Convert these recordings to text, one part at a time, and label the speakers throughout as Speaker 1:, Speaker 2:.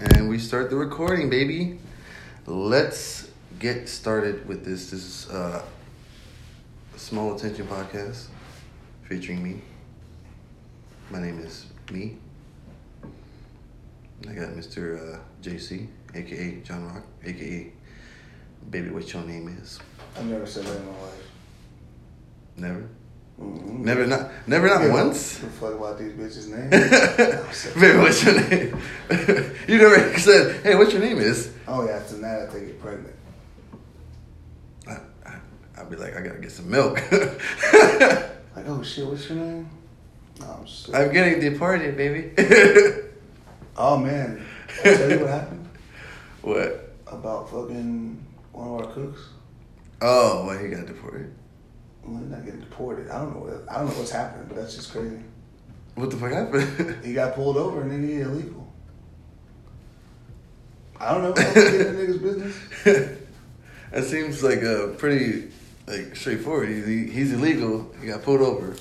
Speaker 1: and we start the recording, baby. Let's get started with this. This is uh, a small attention podcast featuring me. My name is me. I got Mr. Uh, JC, aka John Rock, aka Baby. What your name is?
Speaker 2: I've never said that in my life.
Speaker 1: Never,
Speaker 2: Mm-hmm.
Speaker 1: never, not, never, not once.
Speaker 2: The fuck about these bitches' names?
Speaker 1: Baby, what's your name? you never said, "Hey, what's your name is?"
Speaker 2: oh yeah, tonight I take it pregnant.
Speaker 1: I, I, I'd be like, I gotta get some milk.
Speaker 2: Like, oh shit, what's your name? Oh shit.
Speaker 1: I'm getting deported, baby.
Speaker 2: oh man, I tell you what happened
Speaker 1: what?
Speaker 2: about fucking one of our cooks.
Speaker 1: Oh, well, he got deported.
Speaker 2: Well, they're not getting deported. I don't know. What, I don't know what's happening, but that's just crazy.
Speaker 1: What the fuck happened?
Speaker 2: He got pulled over and then he illegal. I don't know. I don't get in the nigga's business.
Speaker 1: that seems like a pretty like straightforward. He's, he's illegal. He got pulled over.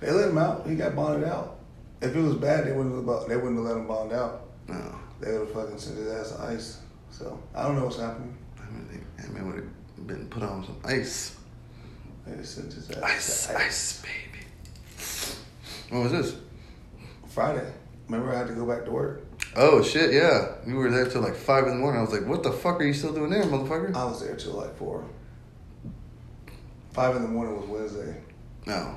Speaker 2: They let him out. He got bonded out. If it was bad, they wouldn't. Have, they wouldn't have let him bond out.
Speaker 1: No,
Speaker 2: They would have fucking sent his ass to ice. So I don't know what's happening.
Speaker 1: I mean, they- that man would have been put on some ice.
Speaker 2: They just sent his ass
Speaker 1: Ice,
Speaker 2: to
Speaker 1: ice, baby. What was this?
Speaker 2: Friday. Remember, I had to go back to work.
Speaker 1: Oh shit! Yeah, we were there till like five in the morning. I was like, "What the fuck are you still doing there, motherfucker?"
Speaker 2: I was there till like four. Five in the morning was Wednesday.
Speaker 1: No.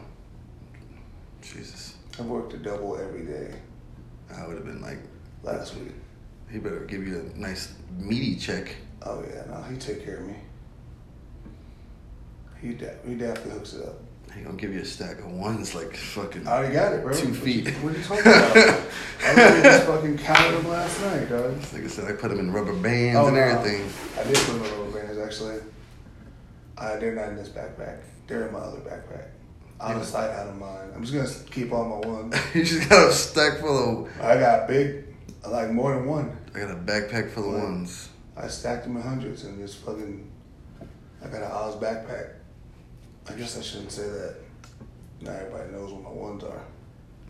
Speaker 1: Jesus.
Speaker 2: I worked a double every day
Speaker 1: I would have been like,
Speaker 2: last week.
Speaker 1: he better give you a nice meaty check.
Speaker 2: Oh yeah, no, he took care of me. He de- he definitely hooks it up.
Speaker 1: He gonna give you a stack of ones like fucking.
Speaker 2: I already got it, bro.
Speaker 1: Two feet.
Speaker 2: What, you, what you talking about? I literally just fucking counted him last night, dog.
Speaker 1: Like I said, I put him in rubber bands
Speaker 2: Oh,
Speaker 1: and
Speaker 2: no.
Speaker 1: everything.
Speaker 2: I did put them in rubber bands actually. Uh, they're not in this backpack. They're in my other backpack. Out
Speaker 1: Yeah.
Speaker 2: of sight, out of mind. I'm just gonna keep all my ones.
Speaker 1: you just got a stack full of.
Speaker 2: I got big, I like more than one.
Speaker 1: I got a backpack full of
Speaker 2: What?
Speaker 1: ones.
Speaker 2: I stacked them in hundreds and just fucking. I got an Oz backpack. I guess I shouldn't say that. Now everybody knows what my ones are.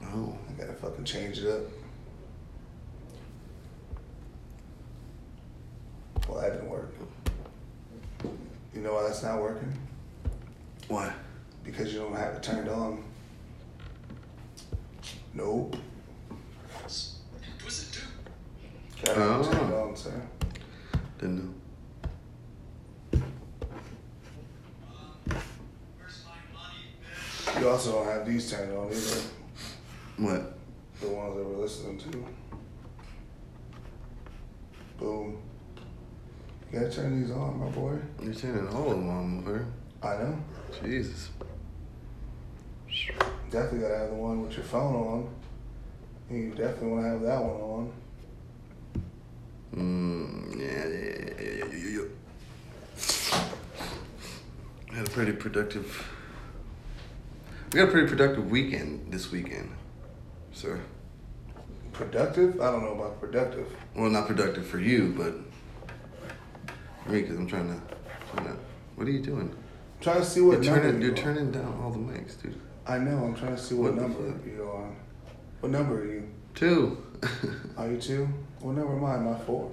Speaker 1: Oh.
Speaker 2: I gotta fucking change it up. Well, that didn't work. You know why that's not working?
Speaker 1: Why?
Speaker 2: because you don't have it turned on. Nope. Got it
Speaker 1: Oh.
Speaker 2: turned on, sir.
Speaker 1: Didn't know.
Speaker 2: You also don't have these turned on either.
Speaker 1: What?
Speaker 2: The ones that we're listening to. Boom. You gotta turn these on, my boy.
Speaker 1: You're turning all of them on over.
Speaker 2: I know.
Speaker 1: Jesus.
Speaker 2: Definitely gotta have the one with your phone on. And you definitely wanna have that one on.
Speaker 1: Mm, yeah, yeah, yeah, yeah, yeah, yeah, yeah. Had a pretty productive. We got a pretty productive weekend this weekend, sir.
Speaker 2: Productive? I don't know about productive.
Speaker 1: Well, not productive for you, but for me, because I'm trying to, trying to. What are you doing?
Speaker 2: trying to see what
Speaker 1: You're
Speaker 2: number
Speaker 1: turning,
Speaker 2: you
Speaker 1: you're
Speaker 2: are.
Speaker 1: turning down all the mics, dude.
Speaker 2: I know. I'm trying to see what,
Speaker 1: What the
Speaker 2: number
Speaker 1: fuck?
Speaker 2: you're on. What number are you?
Speaker 1: Two.
Speaker 2: Are you two? Well, never mind. My four.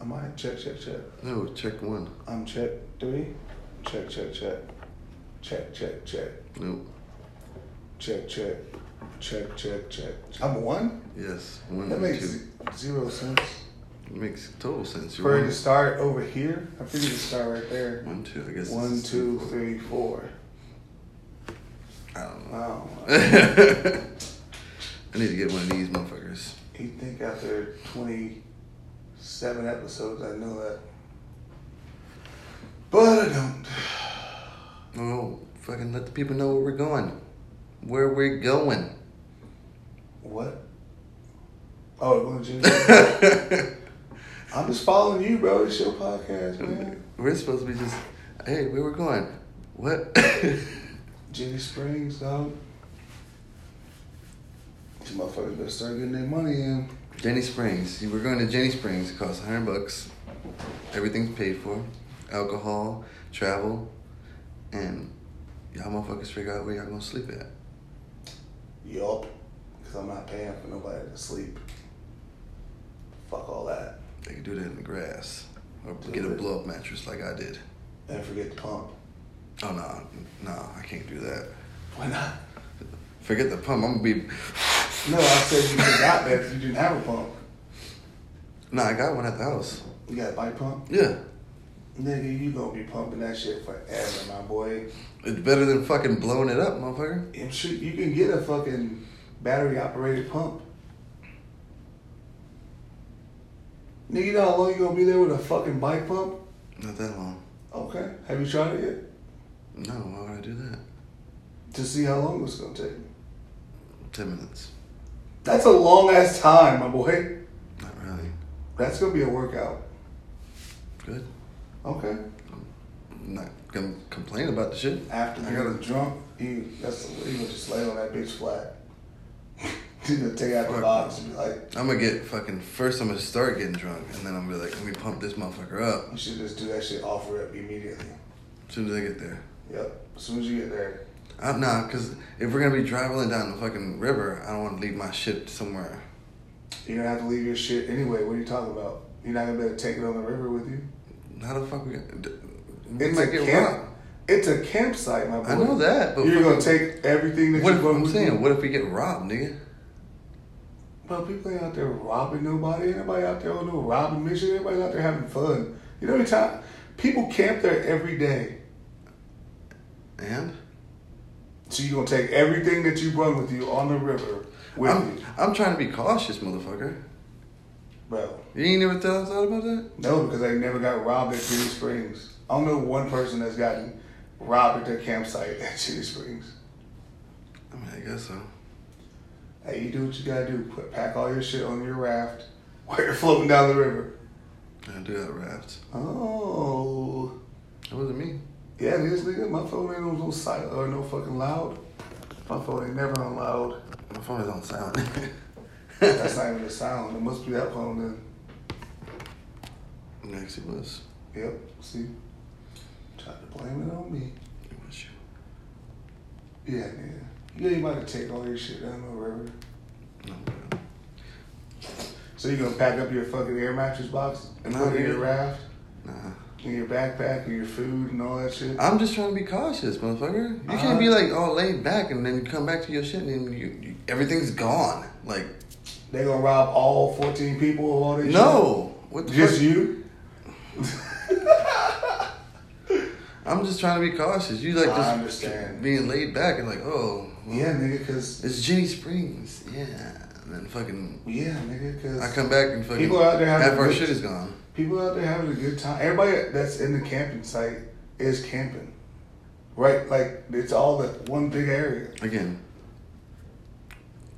Speaker 2: Am I check check check?
Speaker 1: no, check one.
Speaker 2: I'm check three. Check check check. Check check check.
Speaker 1: Nope.
Speaker 2: Check check. Check check check. I'm one.
Speaker 1: Yes, one.
Speaker 2: That
Speaker 1: and
Speaker 2: makes
Speaker 1: Mm, two.
Speaker 2: ze- zero sense.
Speaker 1: It makes total sense.
Speaker 2: For
Speaker 1: You're
Speaker 2: it
Speaker 1: one,
Speaker 2: to start over here, I figured to start right there.
Speaker 1: one, two. I guess.
Speaker 2: One,
Speaker 1: it's-
Speaker 2: two, three, four.
Speaker 1: I don't know.
Speaker 2: Wow.
Speaker 1: I need to get one of these motherfuckers.
Speaker 2: You think after twenty-seven episodes, I know that, but I don't.
Speaker 1: Oh, fucking let the people know where we're going. Where we're going.
Speaker 2: What? Oh, we're going to Junior.
Speaker 1: we're
Speaker 2: I'm just following you, bro. It's your podcast, man.
Speaker 1: supposed to be just, hey, where we're going. What?
Speaker 2: Jimmy Springs, dog. These motherfuckers better start getting their money in.
Speaker 1: Jenny Springs. See, We're going to Jenny Springs. It costs 100 bucks. Everything's paid for. Alcohol, travel, and y'all motherfuckers figure out where y'all gonna sleep at.
Speaker 2: Yup. Because I'm not paying for nobody to sleep. Fuck all
Speaker 1: do that in the grass or
Speaker 2: Do
Speaker 1: get a
Speaker 2: it.
Speaker 1: blow up mattress like I did.
Speaker 2: And forget the pump.
Speaker 1: Oh no, no, I can't do that.
Speaker 2: Why not?
Speaker 1: Forget the pump. I'm gonna be.
Speaker 2: No, I said you forgot that 'cause you didn't have a pump.
Speaker 1: No, I got one at the house.
Speaker 2: You got a bike pump?
Speaker 1: Yeah,
Speaker 2: Nigga, you gonna be pumping that shit forever, my boy.
Speaker 1: it's better than fucking blowing it up, motherfucker.
Speaker 2: And shit, you can get a fucking battery operated pump. Nigga, you know how long you gonna be there with a fucking bike pump?
Speaker 1: Not that long.
Speaker 2: Okay. Have you tried it yet?
Speaker 1: No, why would I do that?
Speaker 2: To see how long it's gonna take.
Speaker 1: Ten minutes.
Speaker 2: That's a long ass time, my boy.
Speaker 1: Not really.
Speaker 2: That's gonna be a workout.
Speaker 1: Good.
Speaker 2: Okay.
Speaker 1: I'm not gonna complain about the shit.
Speaker 2: After
Speaker 1: I
Speaker 2: you
Speaker 1: gotta-
Speaker 2: got drunk, you that's you gonna just lay on that bitch flat. you gonna take out the
Speaker 1: Fuck.
Speaker 2: box and be like,
Speaker 1: I'm gonna get fucking first. I'm gonna start getting drunk, and then I'm gonna be like, let me pump this motherfucker up.
Speaker 2: you should just do that shit off rip immediately.
Speaker 1: As soon as I get there.
Speaker 2: Yep. As soon as you get there,
Speaker 1: I'm not, cause if we're gonna be traveling down the fucking river, I don't want to leave my ship somewhere.
Speaker 2: You're gonna have to leave your shit anyway. What are you talking about? You're not gonna be able to take it on the river with you.
Speaker 1: How the fuck we gonna? d- We
Speaker 2: It's
Speaker 1: might
Speaker 2: a
Speaker 1: get
Speaker 2: camp.
Speaker 1: robbed.
Speaker 2: It's a campsite, my boy.
Speaker 1: I know that, but
Speaker 2: You're gonna
Speaker 1: fucking-
Speaker 2: take everything that
Speaker 1: What
Speaker 2: you
Speaker 1: if,
Speaker 2: brought
Speaker 1: I'm
Speaker 2: with
Speaker 1: saying,
Speaker 2: you.
Speaker 1: what if we get robbed, nigga?
Speaker 2: But people ain't out there robbing nobody. Ain't nobody out there on no robbing mission. Everybody's out there having fun. You know what time people camp there every day.
Speaker 1: And
Speaker 2: So you're gonna take everything that you brought with you on the river with
Speaker 1: I'm,
Speaker 2: you,
Speaker 1: I'm trying to be cautious, motherfucker.
Speaker 2: bro.
Speaker 1: You ain't never tell us thought about that.
Speaker 2: No, because I never got robbed at Chitty Springs. I don't know one person that's gotten robbed at their campsite at Chitty Springs.
Speaker 1: I mean, I guess so.
Speaker 2: Hey, you do what you gotta do. Put pack all your shit on your raft while you're floating down the river.
Speaker 1: I do have rafts.
Speaker 2: Oh,
Speaker 1: That wasn't me.
Speaker 2: yeah, this nigga, my phone ain't on no silent or no fucking loud. My phone ain't never on loud.
Speaker 1: My phone is on silent.
Speaker 2: That's not even a sound. It must be that phone then.
Speaker 1: Next it was.
Speaker 2: Yep. See, tried to blame it on me.
Speaker 1: It was you.
Speaker 2: Yeah, nigga, you ain't about to take all your shit down the river.
Speaker 1: No,
Speaker 2: So you gonna pack up your fucking air mattress box and
Speaker 1: No,
Speaker 2: put it in your
Speaker 1: nigga.
Speaker 2: raft
Speaker 1: nah.
Speaker 2: and your backpack and your food and all that shit.
Speaker 1: I'm just trying to be cautious, motherfucker. You
Speaker 2: Uh-huh.
Speaker 1: can't be like all laid back and then come back to your shit and then you, you everything's gone. Like
Speaker 2: They gonna rob all 14 people of all this shit?
Speaker 1: no, what the
Speaker 2: Just
Speaker 1: fuck?
Speaker 2: you?
Speaker 1: I'm just trying to be cautious. You like
Speaker 2: I
Speaker 1: just
Speaker 2: understand.
Speaker 1: being laid back and like, oh, well,
Speaker 2: Yeah, nigga, because.
Speaker 1: it's Jenny Springs, yeah. And then fucking,
Speaker 2: Yeah, nigga, because.
Speaker 1: I come back and fucking
Speaker 2: People out there having
Speaker 1: half our
Speaker 2: good-
Speaker 1: shit is gone.
Speaker 2: People out there having a good time. Everybody that's in the camping site is camping. Right? Like, it's all that one big area.
Speaker 1: Again,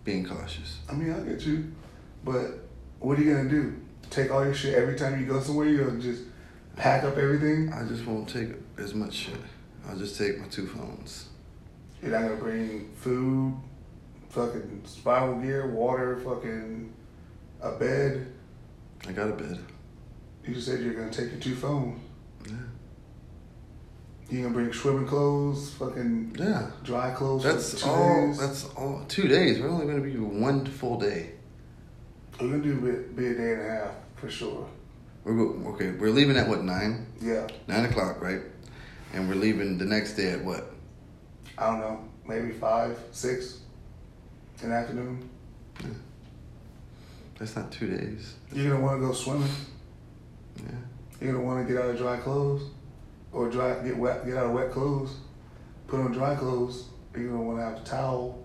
Speaker 1: being cautious.
Speaker 2: I mean, I get you. But what are you going to do? Take all your shit every time you go somewhere? You're going to just pack up everything?
Speaker 1: I just won't take as much shit. I'll just take my two phones.
Speaker 2: You're not going to bring food, fucking spiral gear, water, fucking a bed.
Speaker 1: I got a bed.
Speaker 2: You just said you're going to take your two phones.
Speaker 1: Yeah.
Speaker 2: You gonna bring swimming clothes, fucking
Speaker 1: Yeah.
Speaker 2: dry clothes. for
Speaker 1: That's
Speaker 2: two
Speaker 1: all.
Speaker 2: days?
Speaker 1: That's all. Two days. We're only going to be one full day.
Speaker 2: We're gonna do be, be a day and a half for sure.
Speaker 1: We're go- okay. We're leaving at what nine?
Speaker 2: Yeah,
Speaker 1: Nine o'clock, right? And we're leaving the next day at what?
Speaker 2: I don't know, maybe five, six in the afternoon.
Speaker 1: That's not two days.
Speaker 2: You're gonna want to go swimming.
Speaker 1: Yeah.
Speaker 2: You're gonna want to get out of dry clothes, or dry get wet, get out of wet clothes, put on dry clothes. You're gonna want to have a towel,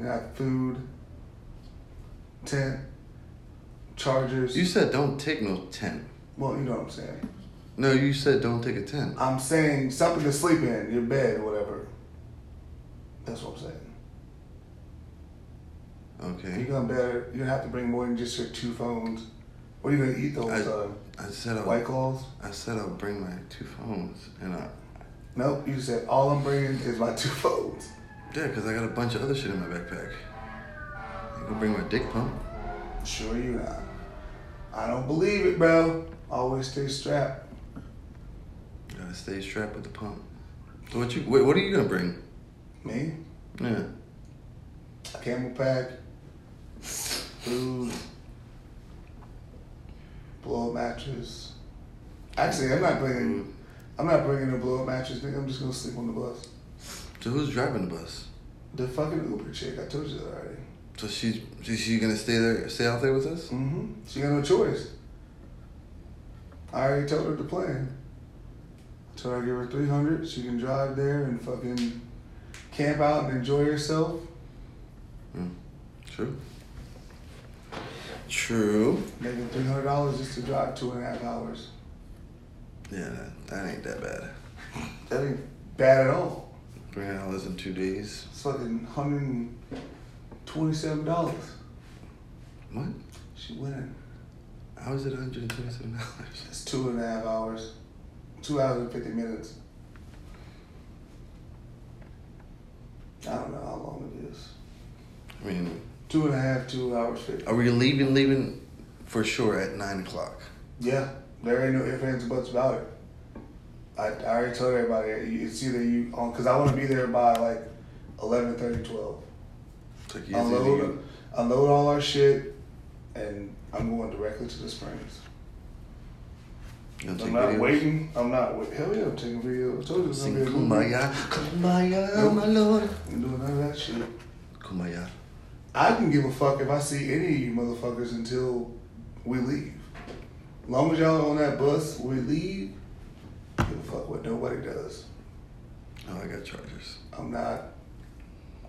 Speaker 2: you have food, tent, chargers.
Speaker 1: You said don't take no tent.
Speaker 2: well, you know what I'm saying.
Speaker 1: No, you said don't take a tent.
Speaker 2: I'm saying something to sleep in, your bed or whatever. That's what I'm saying. You're
Speaker 1: Okay.
Speaker 2: gonna better. You're gonna have to bring more than just your two phones. What are you gonna eat the whole
Speaker 1: I-
Speaker 2: time?
Speaker 1: I said
Speaker 2: White
Speaker 1: I'll.
Speaker 2: claws?
Speaker 1: I said I'll bring my two phones, and I.
Speaker 2: Nope. You said all I'm bringing is my two phones.
Speaker 1: Yeah, cause I got a bunch of other shit in my backpack. I gonna bring my dick pump.
Speaker 2: Sure you not. I don't believe it, bro. Always stay strapped.
Speaker 1: Gotta stay strapped with the pump. So what you? Wait, what are you gonna bring?
Speaker 2: Me,
Speaker 1: Yeah.
Speaker 2: camel pack, food, blow up matches. Actually, I'm not bringing. I'm not bringing a blow up matches. Nigga, I'm just gonna sleep on the bus.
Speaker 1: So who's driving the bus?
Speaker 2: The fucking Uber chick. I told you that already.
Speaker 1: So she's is she gonna stay there, stay out there with us?
Speaker 2: Mm-hmm. She got no choice. I already told her the plan. Told her I give her three hundred. She can drive there and fucking camp out and enjoy herself.
Speaker 1: True. True.
Speaker 2: Making three hundred dollars just to drive two and a half hours.
Speaker 1: Yeah, that, that ain't that bad.
Speaker 2: That ain't bad at all.
Speaker 1: Three hundred dollars in two days.
Speaker 2: It's fucking hundred and twenty-seven dollars.
Speaker 1: What?
Speaker 2: She winning.
Speaker 1: How is it one hundred and twenty-seven dollars?
Speaker 2: That's two and a half hours. Two hours and fifty minutes. I don't know how long it is.
Speaker 1: I mean,
Speaker 2: Two and a half, two hours fifty.
Speaker 1: are we leaving? Leaving for sure at nine o'clock.
Speaker 2: Yeah, there ain't no ifs, ands, or buts about it. I, I already told everybody it's either you on because I want to be there by like 11, 12.
Speaker 1: So you-
Speaker 2: Unload, unload all our shit, and I'm going directly to the springs.
Speaker 1: you gonna
Speaker 2: I'm
Speaker 1: take
Speaker 2: not
Speaker 1: videos?
Speaker 2: waiting. I'm not waiting. Hell yeah, I'm taking video. I told you it's
Speaker 1: Sing
Speaker 2: gonna be a movie.
Speaker 1: Kumbaya, Kumbaya, my lord.
Speaker 2: I'm doing none of that shit.
Speaker 1: Kumbaya.
Speaker 2: I can give a fuck if I see any of you motherfuckers until we leave. Long as y'all on that bus, we leave. Give a fuck what nobody does.
Speaker 1: Oh, I got chargers.
Speaker 2: I'm not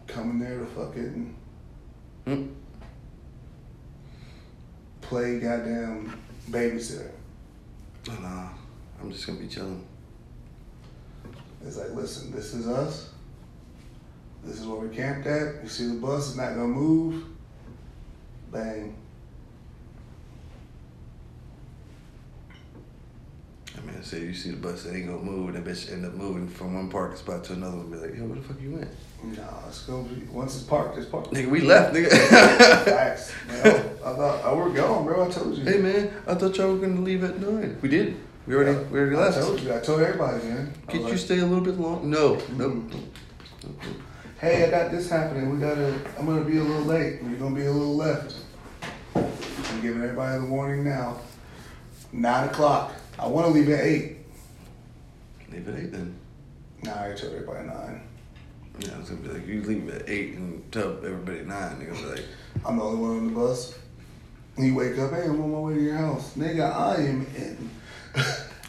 Speaker 2: coming there to fucking Hmm?
Speaker 1: Mm.
Speaker 2: play goddamn babysitter.
Speaker 1: Oh, nah, I'm just gonna be chilling.
Speaker 2: It's like, listen, this is us. This is where we camped at. You see the bus is not gonna move. Bang.
Speaker 1: I mean, say you see the bus that ain't gonna move, and that bitch end up moving from one parking spot to another, and be like, yo, where the fuck you went?
Speaker 2: Nah, it's gonna be once it's parked, it's parked.
Speaker 1: Nigga, we left, nigga.
Speaker 2: Facts. Man, I thought I were gone, bro. I told you.
Speaker 1: hey man, I thought y'all were gonna leave at nine. We did. We already, we already
Speaker 2: I told
Speaker 1: left.
Speaker 2: you. I told everybody, man. I
Speaker 1: Could
Speaker 2: was
Speaker 1: you
Speaker 2: like, Mm-hmm.
Speaker 1: stay a little bit long? No, nope.
Speaker 2: hey, I got this happening. We gotta. I'm gonna be a little late. You're gonna be a little left. I'm giving everybody the warning now. Nine o'clock. I want to leave at eight.
Speaker 1: Leave at eight then.
Speaker 2: Nah, I already told everybody nine.
Speaker 1: Yeah, I was gonna be like, you leave at eight and tell everybody nine. Nigga, be like,
Speaker 2: I'm the only one on the bus. And you wake up, hey, I'm on my way to your house, nigga. I am in.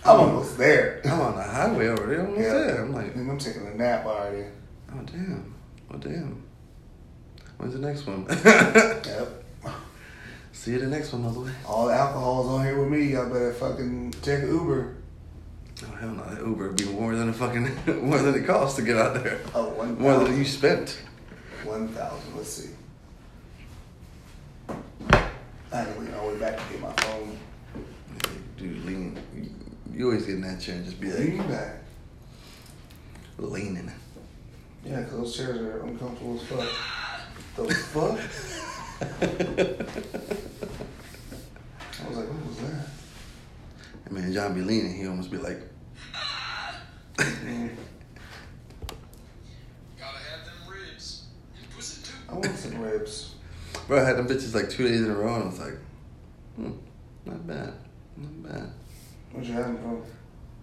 Speaker 2: I'm almost there.
Speaker 1: I'm on the highway over there. I'm
Speaker 2: Yeah.
Speaker 1: there. I'm like,
Speaker 2: Nigga, I'm taking a nap already.
Speaker 1: oh damn, oh damn. When's the next one?
Speaker 2: Yep.
Speaker 1: see you the next one, my boy.
Speaker 2: All the alcohol's on here with me. Y'all better fucking take an Uber.
Speaker 1: Oh hell no, that Uber would be more than a fucking more than it costs to get out there.
Speaker 2: Oh, one
Speaker 1: More
Speaker 2: thousand.
Speaker 1: than you spent.
Speaker 2: One thousand. Let's see. I had to lean all the way back to get my phone.
Speaker 1: Dude, lean. You, you always get in that chair and just be
Speaker 2: Lean
Speaker 1: like
Speaker 2: back.
Speaker 1: leaning.
Speaker 2: Yeah, 'cause those chairs are uncomfortable as fuck. The fuck? I was like, what was that?
Speaker 1: And man, John be leaning. He almost be like,
Speaker 2: Mm,
Speaker 3: Gotta have them ribs. And pussy too.
Speaker 2: I want some ribs.
Speaker 1: bro, I had them bitches like two days in a row, and I was like, hmm, not bad, not bad.
Speaker 2: What you having from?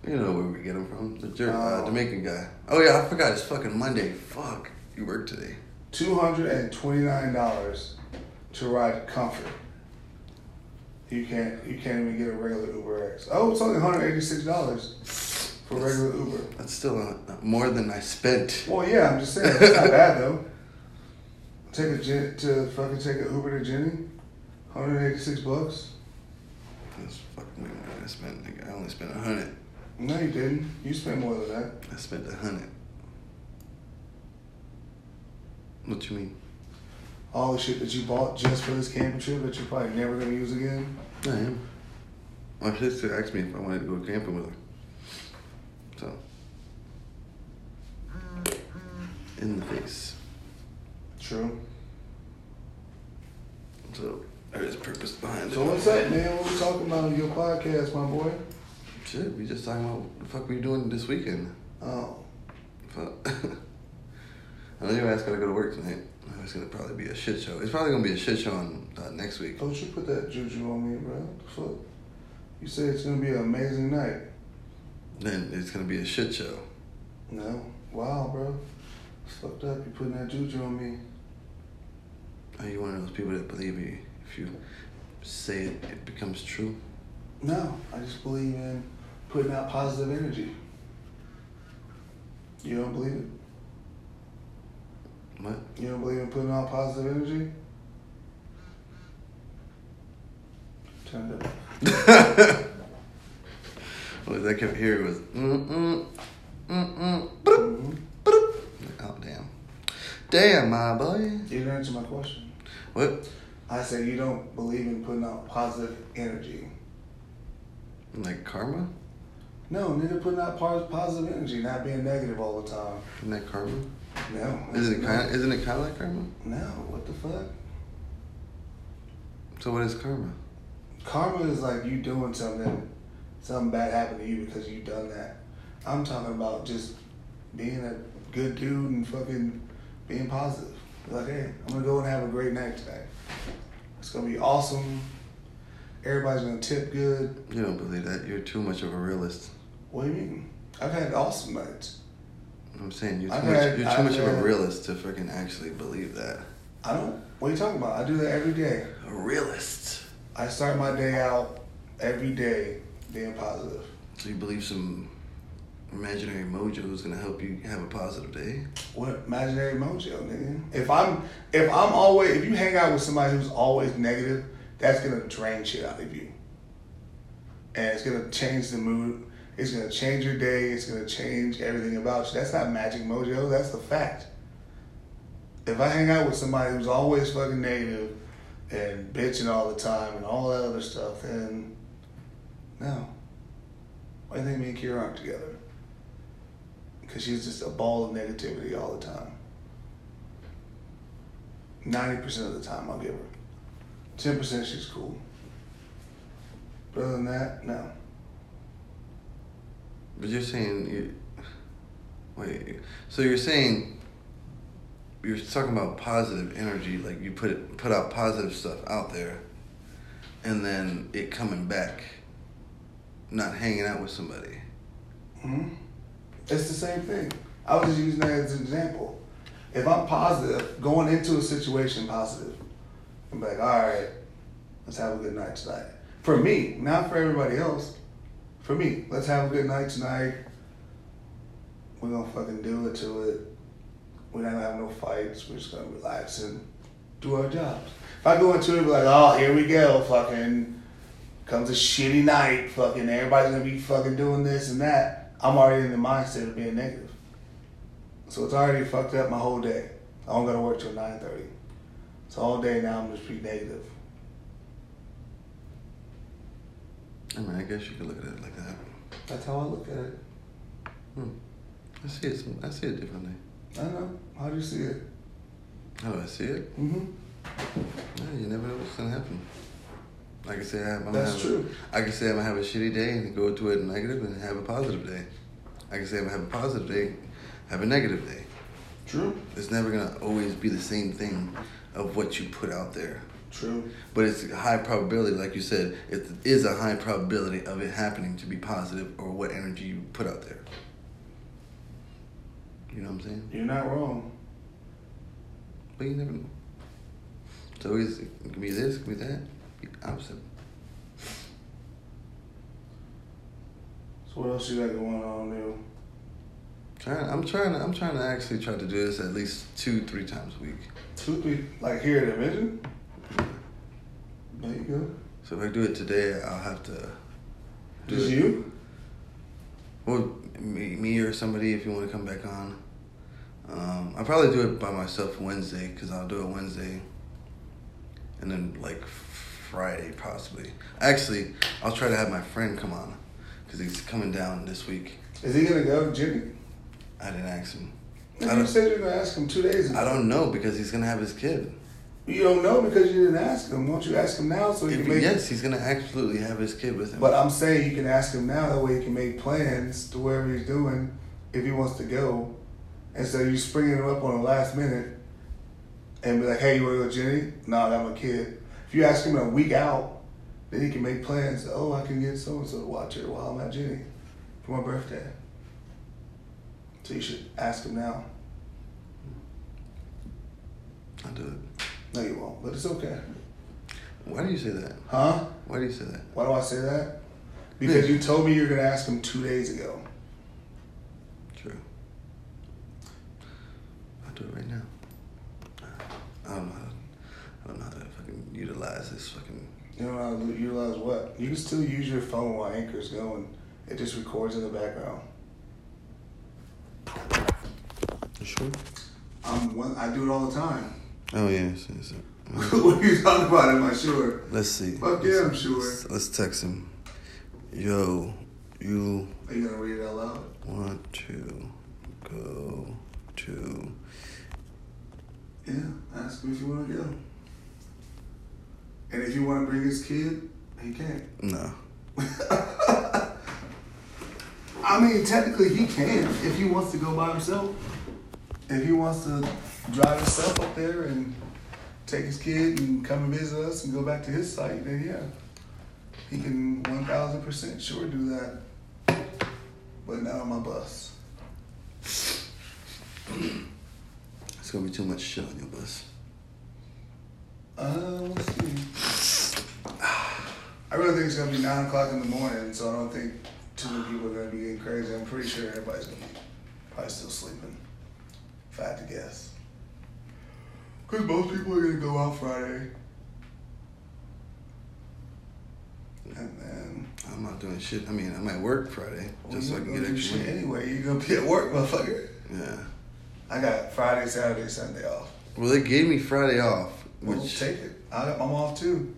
Speaker 1: You know where we get them from? The Jer- uh,
Speaker 2: Oh.
Speaker 1: Jamaican guy. Oh yeah, I forgot. It's fucking Monday. Fuck, you work today.
Speaker 2: Two hundred and twenty-nine dollars to ride Comfort. You can't. You can't even get a regular Uber X. Oh, it's only one hundred eighty-six dollars for regular Uber.
Speaker 1: That's still uh, more than I spent.
Speaker 2: Well, yeah, I'm just saying it's not bad though. Take a gen- to fucking take an Uber to Jenny, hundred eighty-six bucks.
Speaker 1: That's fucking way more than I spent. Nigga. I only spent a hundred.
Speaker 2: No, you didn't. You spent more than that.
Speaker 1: I spent a hundred. What you mean?
Speaker 2: All the shit that you bought just for this camping trip that you're probably never gonna use again.
Speaker 1: I am. My sister asked me if I wanted to go camping with her. So. In the face.
Speaker 2: True.
Speaker 1: So there is purpose behind it.
Speaker 2: So what's up, man? What we talking about in your podcast, my boy?
Speaker 1: Shit, we just talking about what the fuck we doing this weekend.
Speaker 2: Oh,
Speaker 1: Fuck. I know your ass gotta go to work tonight. It's gonna probably be a shit show. It's probably gonna be a shit show on uh, next week.
Speaker 2: don't you put that juju on me, bro? What the fuck? You said it's gonna be an amazing night.
Speaker 1: Then it's gonna be a shit show.
Speaker 2: No. Wow, bro. It's fucked up. You putting that juju on me.
Speaker 1: Are you one of those people that believe you? If you say it, it becomes true.
Speaker 2: No, I just believe in putting out positive energy. You don't believe it?
Speaker 1: What?
Speaker 2: You don't believe in putting out positive energy? Turn it up.
Speaker 1: What I kept hearing was mm mm mm mm. bloop,
Speaker 2: Mhm.
Speaker 1: bloop. Oh damn, damn my boy.
Speaker 2: You didn't answer my question.
Speaker 1: What?
Speaker 2: I said you don't believe in putting out positive energy.
Speaker 1: Like karma?
Speaker 2: No, nigga, putting out pos- positive energy, not being negative all the time.
Speaker 1: Isn't that karma?
Speaker 2: No.
Speaker 1: Isn't it
Speaker 2: no.
Speaker 1: kind? Isn't it kind of like karma?
Speaker 2: No, what the fuck?
Speaker 1: So what is karma?
Speaker 2: Karma is like you doing something, something bad happened to you because you done that. I'm talking about just being a good dude and fucking being positive. Like, hey, I'm gonna go and have a great night tonight. It's gonna be awesome. Everybody's gonna tip good.
Speaker 1: You don't believe that. You're too much of a realist.
Speaker 2: What do you mean? I've had awesome nights.
Speaker 1: I'm saying you're too
Speaker 2: I've
Speaker 1: much.
Speaker 2: had-
Speaker 1: you're too
Speaker 2: I've
Speaker 1: much of a
Speaker 2: had-
Speaker 1: realist to freaking actually believe that.
Speaker 2: I don't. What are you talking about? I do that every day.
Speaker 1: A realist.
Speaker 2: I start my day out every day being positive.
Speaker 1: So you believe some imaginary mojo is gonna help you have a positive day?
Speaker 2: What imaginary mojo, nigga? If I'm if I'm always if you hang out with somebody who's always negative, that's gonna drain shit out of you. And it's gonna change the mood. It's gonna change your day. It's gonna change everything about you. That's not magic mojo. That's the fact. If I hang out with somebody who's always fucking negative and bitching all the time and all that other stuff, then no. Why do you think me and Kira aren't together? because she's just a ball of negativity all the time. Ninety percent of the time, I'll give her. Ten percent, she's cool. But other than that, no.
Speaker 1: But you're saying you. Wait. So you're saying. You're talking about positive energy, like you put it, put out positive stuff out there, and then it coming back. Not hanging out with somebody.
Speaker 2: hmm It's the same thing. I was just using that as an example. If I'm positive, going into a situation positive, I'm like, all right, let's have a good night tonight. For me, not for everybody else. For me, let's have a good night tonight. We're gonna fucking do it to it. We're not gonna have no fights. We're just gonna relax and do our jobs. If I go into it be like, oh, here we go, fucking comes a shitty night, fucking everybody's gonna be fucking doing this and that. I'm already in the mindset of being negative. So it's already fucked up my whole day. I don't gotta work till nine thirty. So all day now I'm just be negative.
Speaker 1: I mean, I guess you could look at it like that.
Speaker 2: That's how I look at it.
Speaker 1: I see it. some- I see it differently.
Speaker 2: I don't know. How do you see it?
Speaker 1: How do I see it?
Speaker 2: Mm-hmm.
Speaker 1: Yeah, you never know what's gonna happen. Like I said, I'm gonna
Speaker 2: That's
Speaker 1: have
Speaker 2: true.
Speaker 1: A, I can say I'm gonna have a shitty day and go to it negative and have a positive day. I can say I'm gonna have a positive day, have a negative day.
Speaker 2: True.
Speaker 1: It's never gonna always be the same thing of what you put out there.
Speaker 2: True.
Speaker 1: But it's a high probability, like you said, it is a high probability of it happening to be positive or what energy you put out there. You know what I'm saying?
Speaker 2: You're not wrong.
Speaker 1: But you never know. It's always it can be this, it can be that, it can be opposite.
Speaker 2: So what else you got going on new?
Speaker 1: Trying, I'm trying to. I'm trying to actually try to do this at least two, three times a week.
Speaker 2: Two, three, like here at Division? There you go.
Speaker 1: So if I do it today, I'll have to. do
Speaker 2: Just
Speaker 1: it-
Speaker 2: you?
Speaker 1: Well, me, me or somebody if you want to come back on. Um, I'll probably do it by myself Wednesday because I'll do it Wednesday. And then like Friday possibly. Actually, I'll try to have my friend come on because he's coming down this week.
Speaker 2: Is he gonna go, Jimmy?
Speaker 1: I didn't ask him. I
Speaker 2: You
Speaker 1: don't-
Speaker 2: said you're gonna ask him two days. ago.
Speaker 1: I don't know because he's gonna have his kid.
Speaker 2: You don't know because you didn't ask him. Won't you ask him now so you
Speaker 1: If-
Speaker 2: can make?
Speaker 1: yes, he's gonna absolutely have his kid with him.
Speaker 2: But I'm saying you can ask him now. That way you can make plans to wherever he's doing if he wants to go. And so you springing him up on the last minute and be like, "Hey, you want to go, Jenny? No, nah, I'm a kid." If you ask him a week out, Then you can make plans. Oh, I can get so and so to watch it while I'm at Jenny for my birthday. So you should ask him now.
Speaker 1: I'll do it.
Speaker 2: No, you won't, but it's okay.
Speaker 1: Why do you say that?
Speaker 2: Huh?
Speaker 1: Why do you say that?
Speaker 2: Why do I say that? Because you told me you were going to ask him two days ago.
Speaker 1: True. I'll do it right now. I don't know. How to, I don't know how to fucking utilize this fucking.
Speaker 2: You know, I utilize what? You can still use your phone while Anchor's going. It just records in the background.
Speaker 1: sure?
Speaker 2: I'm one, I do it all the time.
Speaker 1: Oh yes, yes. yes.
Speaker 2: what are you talking about? Am I sure?
Speaker 1: Let's see.
Speaker 2: Fuck yeah, I'm sure.
Speaker 1: Let's, let's text him. Yo, you
Speaker 2: Are you gonna read it out loud?
Speaker 1: want to go to?
Speaker 2: Yeah, ask him if you wanna go. And if you wanna bring his kid, he can.
Speaker 1: No.
Speaker 2: I mean, technically, he can if he wants to go by himself. If he wants to drive himself up there and take his kid and come and visit us and go back to his site, then yeah, he can 1000% sure do that. But not on my bus.
Speaker 1: It's gonna be too much shit on your bus.
Speaker 2: Uh, we'll see. I really think it's gonna be nine o'clock in the morning, so I don't think too many people are gonna be getting crazy. I'm pretty sure everybody's gonna be probably still sleeping, if I had to guess. Cause most people are gonna go out Friday, and then
Speaker 1: I'm not doing shit. I mean, I'm at work Friday just so I
Speaker 2: Well,
Speaker 1: can
Speaker 2: you
Speaker 1: get
Speaker 2: gonna do
Speaker 1: extra
Speaker 2: shit
Speaker 1: money.
Speaker 2: anyway. You're gonna be at work, motherfucker.
Speaker 1: Yeah.
Speaker 2: I got Friday, Saturday, Sunday off.
Speaker 1: Well, they gave me Friday off,
Speaker 2: We'll
Speaker 1: which
Speaker 2: take it. I got, I'm off too.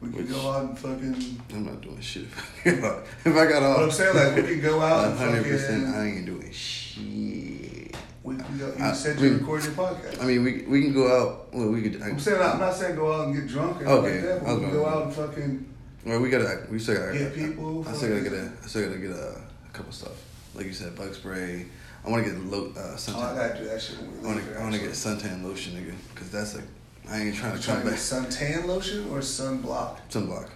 Speaker 2: We can
Speaker 1: Which-
Speaker 2: go out and fucking.
Speaker 1: I'm not doing shit. If I, if I got off,
Speaker 2: But I'm saying, like, we could go out and
Speaker 1: 100%.
Speaker 2: fucking-
Speaker 1: I ain't doing shit.
Speaker 2: We can go, you
Speaker 1: I-
Speaker 2: said
Speaker 1: Uh, we-
Speaker 2: you recorded your podcast.
Speaker 1: I mean, we we can go out. Well, we could. I,
Speaker 2: I'm saying I'm not saying go out and get drunk or
Speaker 1: Okay,
Speaker 2: like that, but
Speaker 1: I was
Speaker 2: we can
Speaker 1: gonna-
Speaker 2: go out and fucking
Speaker 1: Well, we gotta. We still gotta.
Speaker 2: Get people
Speaker 1: I still gotta
Speaker 2: fucking-
Speaker 1: get a. I still gotta get a, a couple stuff. Like you said, bug spray. I want to get lo- uh,
Speaker 2: oh, I
Speaker 1: suntan.
Speaker 2: gotta do that shit when
Speaker 1: I
Speaker 2: we
Speaker 1: want
Speaker 2: leave.
Speaker 1: to. I want to get suntan lotion, nigga. Cause that's like. I ain't trying
Speaker 2: I'm
Speaker 1: to
Speaker 2: trying
Speaker 1: come
Speaker 2: to get
Speaker 1: back.
Speaker 2: suntan lotion or sunblock.
Speaker 1: Sunblock.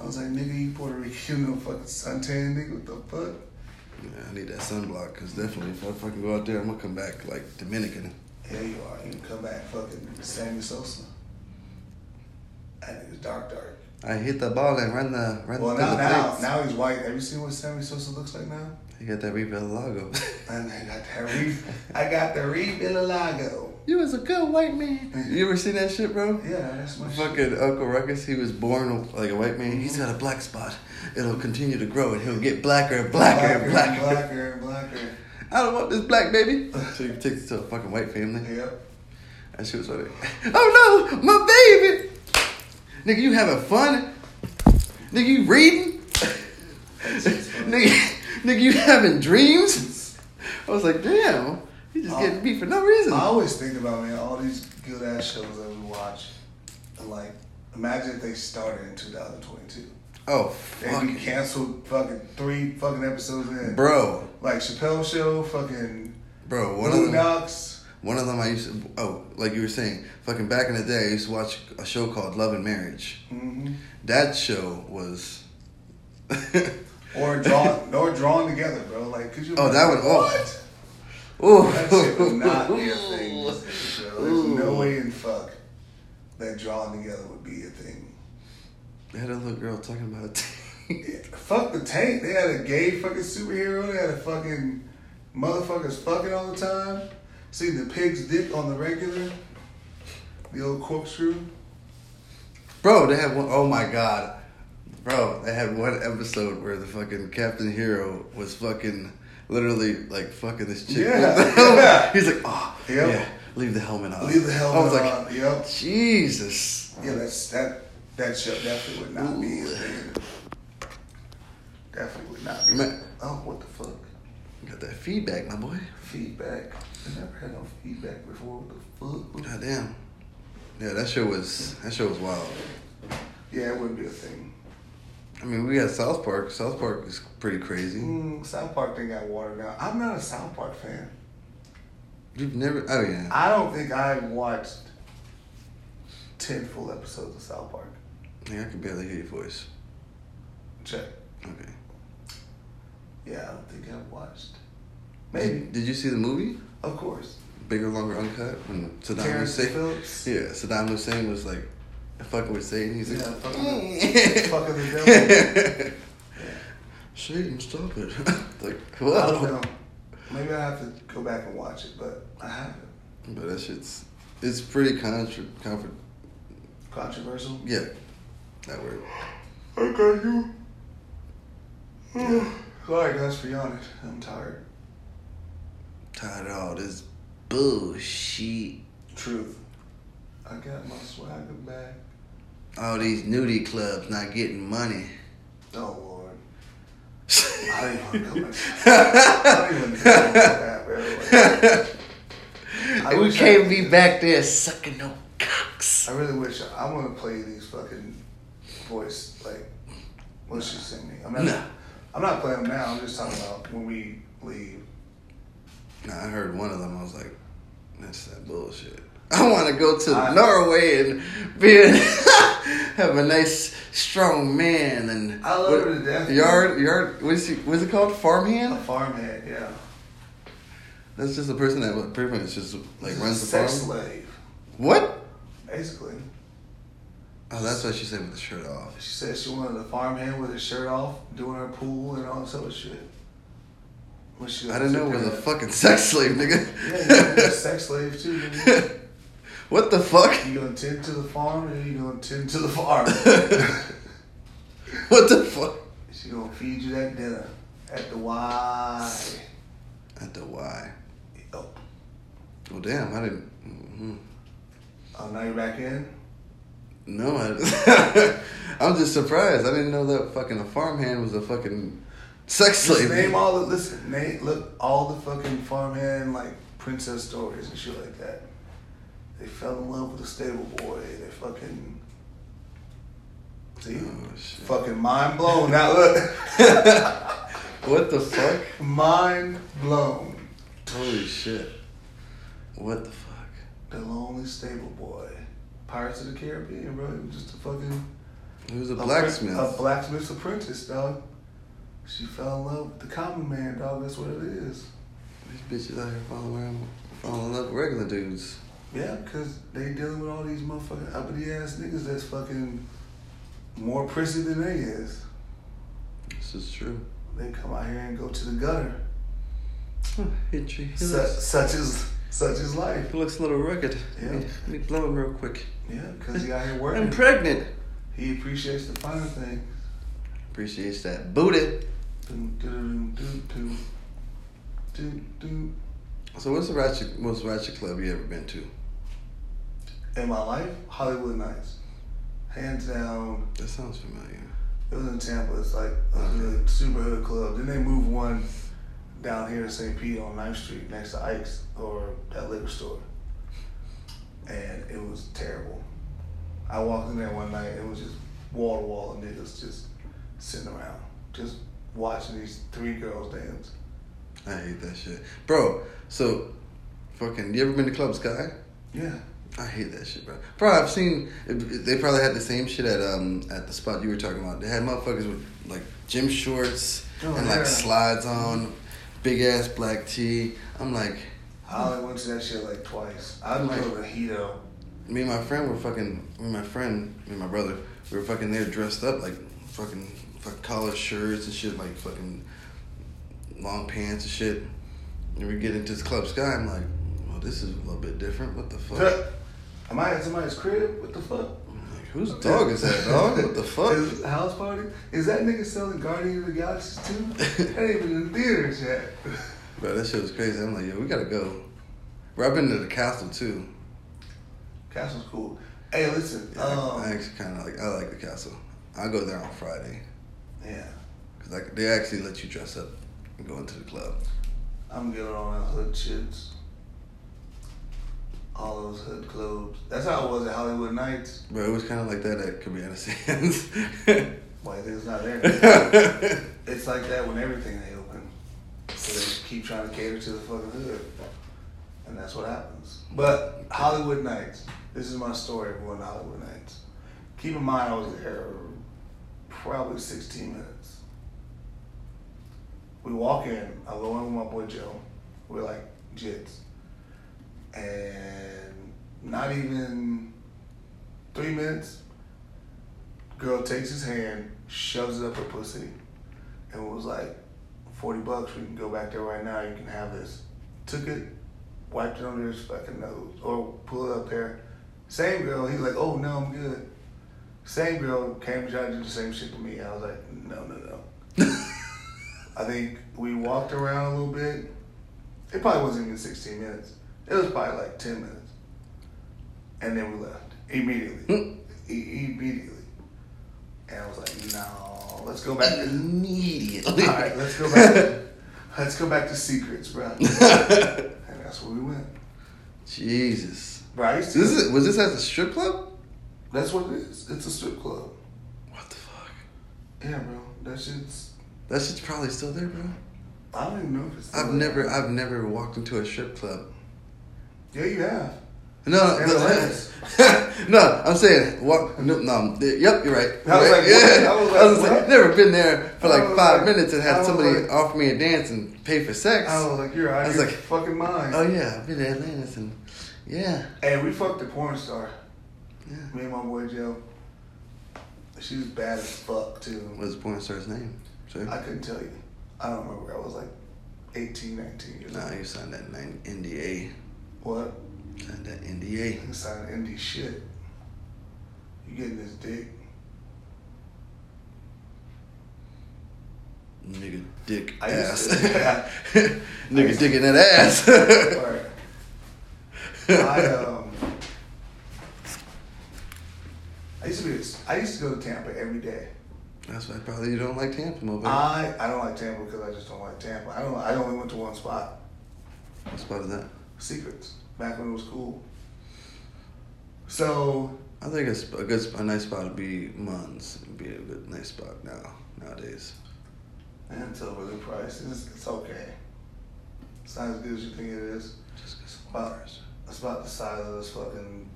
Speaker 2: I was like, nigga, you Puerto Rican, no fucking suntan, nigga. What the fuck?
Speaker 1: Yeah, I need that sunblock. Cause definitely, if I fucking go out there, I'm gonna come back like Dominican.
Speaker 2: Yeah, you are. You can come back, fucking Sammy Sosa. That nigga's dark, dark.
Speaker 1: I hit the ball and run the run
Speaker 2: Well,
Speaker 1: through
Speaker 2: now,
Speaker 1: the
Speaker 2: now,
Speaker 1: plates.
Speaker 2: now he's white. Have you seen what Sammy Sosa looks like now?
Speaker 1: You got that Riva logo.
Speaker 2: And I got that re, I got the re Lago.
Speaker 1: you was a good white man. You ever seen that shit, bro?
Speaker 2: Yeah, that's my shit.
Speaker 1: Fucking Uncle Ruckus, he was born like a white man. He's got a black spot. It'll continue to grow and he'll get blacker and blacker and blacker.
Speaker 2: blacker, and blacker.
Speaker 1: I don't want this black baby. So you can take this to a fucking white family.
Speaker 2: Yep.
Speaker 1: And she was like, oh no, my baby. Nigga, you having fun? Nigga, you reading? nigga, nigga, you having dreams? I was like, damn, you just
Speaker 2: Oh.
Speaker 1: getting beat for no reason.
Speaker 2: I always think about man, all these good ass shows that we watch. And like, imagine if they started in 2022.
Speaker 1: Oh,
Speaker 2: They'd be
Speaker 1: fuck.
Speaker 2: canceled fucking three fucking episodes in.
Speaker 1: Bro,
Speaker 2: Like Chappelle Show, fucking
Speaker 1: bro, one of them.
Speaker 2: Boondocks.
Speaker 1: One of them I used to, oh, like you were saying, fucking back in the day, I used to watch a show called Love and Marriage.
Speaker 2: hmm
Speaker 1: That show was.
Speaker 2: Or drawn, or drawn together, bro. Like, could you?
Speaker 1: Oh, that
Speaker 2: imagine-
Speaker 1: would- oh.
Speaker 2: What?
Speaker 1: Ooh.
Speaker 2: That shit would not be a thing. bro. There's no
Speaker 1: Ooh.
Speaker 2: way in fuck that drawing together would be a thing.
Speaker 1: They had a little girl talking about it.
Speaker 2: Yeah, Fuck the tank. They had a gay fucking superhero. They had a fucking motherfuckers fucking all the time. See the pig's dick on the regular. The old corkscrew.
Speaker 1: Bro, they had one, oh my god. Bro, they had one episode where the fucking Captain Hero was fucking literally like fucking this chick.
Speaker 2: Yeah,
Speaker 1: with the helmet.
Speaker 2: yeah.
Speaker 1: He's like, oh,
Speaker 2: Yep.
Speaker 1: yeah, leave the helmet on.
Speaker 2: Leave the hell
Speaker 1: I was
Speaker 2: on.
Speaker 1: like,
Speaker 2: yep.
Speaker 1: Jesus.
Speaker 2: Yeah, that's that. That show definitely would not be. a
Speaker 1: Ooh.
Speaker 2: thing. Definitely would not be.
Speaker 1: Man.
Speaker 2: Oh, what the fuck?
Speaker 1: Got that feedback, my boy.
Speaker 2: Feedback. I never had no feedback before. What the fuck?
Speaker 1: God damn. Yeah, that show was that show was wild.
Speaker 2: Yeah, it wouldn't be a thing.
Speaker 1: I mean, we had South Park. South Park is pretty crazy.
Speaker 2: Mm, South Park thing got watered down. I'm not a South Park fan.
Speaker 1: You've never. Oh yeah.
Speaker 2: I don't think I watched ten full episodes of South Park.
Speaker 1: Like, I can barely hear your voice.
Speaker 2: Check.
Speaker 1: Okay.
Speaker 2: Yeah, I don't think I've watched. Maybe.
Speaker 1: Did, did you see the movie?
Speaker 2: Of course.
Speaker 1: Bigger, longer, uncut. When Saddam
Speaker 2: Terrence
Speaker 1: Hussein.
Speaker 2: Phillips.
Speaker 1: Yeah, Saddam Hussein was like fucking with Satan. He's like,
Speaker 2: Yeah, fucking-
Speaker 1: "Mm."
Speaker 2: fucking the
Speaker 1: Satan, stop it! like,
Speaker 2: I don't
Speaker 1: whoa.
Speaker 2: know. Maybe I have to go back and watch it, but I haven't.
Speaker 1: But that shit's it's pretty contra, contra
Speaker 2: Controversial.
Speaker 1: yeah, that word.
Speaker 2: I got you. Hmm. Sorry guys for yawning. I'm tired.
Speaker 1: Tired of all this bullshit.
Speaker 2: Truth. I got my swagger back.
Speaker 1: All these nudie clubs not getting money.
Speaker 2: Oh Lord. I don't even wanna go I don't even know that, bro. I
Speaker 1: we
Speaker 2: wish I
Speaker 1: can't
Speaker 2: could
Speaker 1: be
Speaker 2: do
Speaker 1: back there sucking no cocks.
Speaker 2: I really wish I want to play these fucking voice like what's she singing? I'm not.
Speaker 1: No.
Speaker 2: I'm not playing them now. I'm just talking about when we leave.
Speaker 1: Nah, I heard one of them. I was like, that's that bullshit. I want to go to
Speaker 2: I-
Speaker 1: Norway and be a, have a nice strong man and
Speaker 2: I love
Speaker 1: what-
Speaker 2: her to death.
Speaker 1: Yard yard. What is he, What's it called?
Speaker 2: A
Speaker 1: Farmhand.
Speaker 2: farmhand, yeah.
Speaker 1: That's just a person that pretty much just like
Speaker 2: She's
Speaker 1: runs
Speaker 2: a
Speaker 1: the farm.
Speaker 2: sex slave,
Speaker 1: What?
Speaker 2: basically.
Speaker 1: Oh, that's what she said with the shirt off.
Speaker 2: She said she wanted a farmhand with his shirt off, doing her pool and all this other shit. When she
Speaker 1: I didn't know it was a
Speaker 2: Yeah,
Speaker 1: fucking sex slave,
Speaker 2: Yeah, you're a
Speaker 1: nigga.
Speaker 2: sex slave too. nigga.
Speaker 1: what the fuck?
Speaker 2: You gonna tend to the farm, and you gonna tend to the farm.
Speaker 1: What the fuck?
Speaker 2: she gonna feed you that dinner at the Y.
Speaker 1: At the Y.
Speaker 2: Oh,
Speaker 1: Well, damn, I didn't. mhm.
Speaker 2: oh, now you're back in.
Speaker 1: No, I, I'm just surprised. I didn't know that fucking a farmhand was a fucking sex
Speaker 2: Just
Speaker 1: slave.
Speaker 2: name all the listen. Name look all the fucking farmhand like princess stories and shit like that. They fell in love with a stable boy. They fucking see,
Speaker 1: Oh, shit.
Speaker 2: fucking mind
Speaker 1: Oh,
Speaker 2: blown. Now look,
Speaker 1: what the fuck?
Speaker 2: mind blown.
Speaker 1: Holy shit. What the fuck?
Speaker 2: The lonely stable boy. Pirates of the Caribbean, bro. He was just a fucking
Speaker 1: He was a
Speaker 2: a pri-
Speaker 1: blacksmith.
Speaker 2: a blacksmith's apprentice, dog. She fell in love with the common man, dog. That's what it is.
Speaker 1: These bitches out here falling around, falling in love with regular dudes.
Speaker 2: Yeah, because they dealing with all these motherfucking uppity ass niggas that's fucking more prissy than they is.
Speaker 1: This is true.
Speaker 2: They come out here and go to the gutter.
Speaker 1: Huh, Hitchy. He,
Speaker 2: Such,
Speaker 1: looks,
Speaker 2: such is such is life.
Speaker 1: he looks a little rugged.
Speaker 2: Yeah.
Speaker 1: Let me- Let me blow him real quick.
Speaker 2: Yeah, because he out here working.
Speaker 1: I'm pregnant.
Speaker 2: he appreciates the finer thing.
Speaker 1: Appreciates that booty.
Speaker 2: Doom, doom, doom, doom, doom, doom.
Speaker 1: So, what's the ratchet, most ratchet club you ever been to?
Speaker 2: In my life, Hollywood Nights. Hands down,
Speaker 1: That sounds familiar.
Speaker 2: it was in Tampa. It's like a hood, super hood club. Then they moved one down here in St. Pete on 9th Street next to Ike's or that liquor store. And it was terrible. I walked in there one night, it was just wall to wall of niggas just sitting around, just watching these three girls dance.
Speaker 1: I hate that shit. Bro, so fucking you ever been to Club Sky?
Speaker 2: Yeah.
Speaker 1: I hate that shit, bro. Bro, I've seen they probably had the same shit at um at the spot you were talking about. They had motherfuckers with like gym shorts
Speaker 2: Oh,
Speaker 1: and
Speaker 2: yeah.
Speaker 1: like slides on, big ass black tee. I'm like,
Speaker 2: I only went to that shit like twice. I would go to Hito.
Speaker 1: me and my friend were fucking me and my friend, me and my brother, we were fucking there dressed up like fucking fuck collar shirts and shit, like fucking long pants and shit. And we get into this club sky, I'm like, well this is a little bit different. What the fuck?
Speaker 2: Am I at somebody's crib? What the fuck?
Speaker 1: I'm like, whose dog is that dog? What the fuck?
Speaker 2: Is it a house party? Is that nigga selling Guardians of the Galaxy too? that ain't even in the theaters yet.
Speaker 1: Bro, that shit was crazy. I'm like, yo, we gotta go. Bro, I've been to the castle too.
Speaker 2: Castle's cool. Hey, listen.
Speaker 1: Yeah,
Speaker 2: um,
Speaker 1: I actually kind of like. I like the castle. I'll go there on Friday
Speaker 2: yeah,
Speaker 1: because like they actually let you dress up and go into the club.
Speaker 2: I'm getting all that hood shits. All those hood clubs. That's how it was at Hollywood Nights.
Speaker 1: Bro, it was kind of like that at Cabana Sands.
Speaker 2: Why things not there?
Speaker 1: yeah,
Speaker 2: it's like that when everything they open. So they keep trying to cater to the fucking hood, and that's what happens. But Hollywood Nights. This is my story of going to Hollywood Nights. Keep in mind, I was there probably 16 minutes. We walk in, I go in with my boy Joe. We're like jits. And not even three minutes, girl takes his hand, shoves it up her pussy, and was like, 40 bucks, we can go back there right now, you can have this. Took it, wiped it under his fucking nose, or pulled it up there. Same girl, he's like, oh no, I'm good. Same girl came and tried to do the same shit to me. I was like, no, no, no. I think we walked around a little bit. It probably wasn't even 16 minutes. It was probably like 10 minutes. And then we left
Speaker 1: Hmm.
Speaker 2: immediately. E- immediately. And I was like, no, let's go back. To-
Speaker 1: Immediately.
Speaker 2: all right, let's go back. let's go back to secrets, bro. and that's where we went.
Speaker 1: Jesus.
Speaker 2: Bro, I used to-
Speaker 1: This is, was this at the strip club?
Speaker 2: That's what it is. It's a strip club.
Speaker 1: What the fuck?
Speaker 2: Yeah, bro. That shit's.
Speaker 1: That shit's probably still there, bro.
Speaker 2: I don't even know if it's. still
Speaker 1: I've
Speaker 2: there.
Speaker 1: never, I've never walked into a strip club.
Speaker 2: Yeah, you have.
Speaker 1: No,
Speaker 2: And
Speaker 1: no,
Speaker 2: the last.
Speaker 1: no, I'm saying walk. No, no th- yep, you're right.
Speaker 2: I was
Speaker 1: Right,
Speaker 2: like, what? I was like,
Speaker 1: gonna say,
Speaker 2: what?
Speaker 1: never been there for
Speaker 2: I
Speaker 1: like
Speaker 2: was
Speaker 1: five
Speaker 2: like-
Speaker 1: minutes and
Speaker 2: I
Speaker 1: had
Speaker 2: was
Speaker 1: somebody
Speaker 2: like-
Speaker 1: offer me a dance and pay for sex.
Speaker 2: I was Oh, like, you're out
Speaker 1: I was
Speaker 2: of your
Speaker 1: like-
Speaker 2: fucking mind.
Speaker 1: oh yeah, I've been to Atlantis and yeah,
Speaker 2: Hey, we fucked a porn star.
Speaker 1: yeah.
Speaker 2: Me and my boy Joe. She was bad as fuck too.
Speaker 1: What's the porn star's name? Sure.
Speaker 2: I couldn't tell you. I don't remember. I was like 18, 19 years old.
Speaker 1: Nah, you signed that nine NDA.
Speaker 2: What?
Speaker 1: Signed that NDA.
Speaker 2: You sign an indie shit. You getting this dick?
Speaker 1: Nigga dick
Speaker 2: I
Speaker 1: ass.
Speaker 2: used to- yeah. I
Speaker 1: Nigga
Speaker 2: used to-
Speaker 1: dick in that ass.
Speaker 2: Alright. I um, I used to be. I used to go to Tampa every day.
Speaker 1: That's why probably you don't like Tampa, motherfucker.
Speaker 2: I I don't like Tampa because I just don't like Tampa. I don't. I only went to one spot.
Speaker 1: what spot is that?
Speaker 2: Secrets. Back when it was cool. So
Speaker 1: I think it's a good, sp- a nice spot would be Munns. Would be a good, nice spot now nowadays.
Speaker 2: and it's overly priced. It's, it's okay. It's not as good as you think it is.
Speaker 1: Just 'cause of
Speaker 2: Wow.
Speaker 1: bars.
Speaker 2: It's about the size of this fucking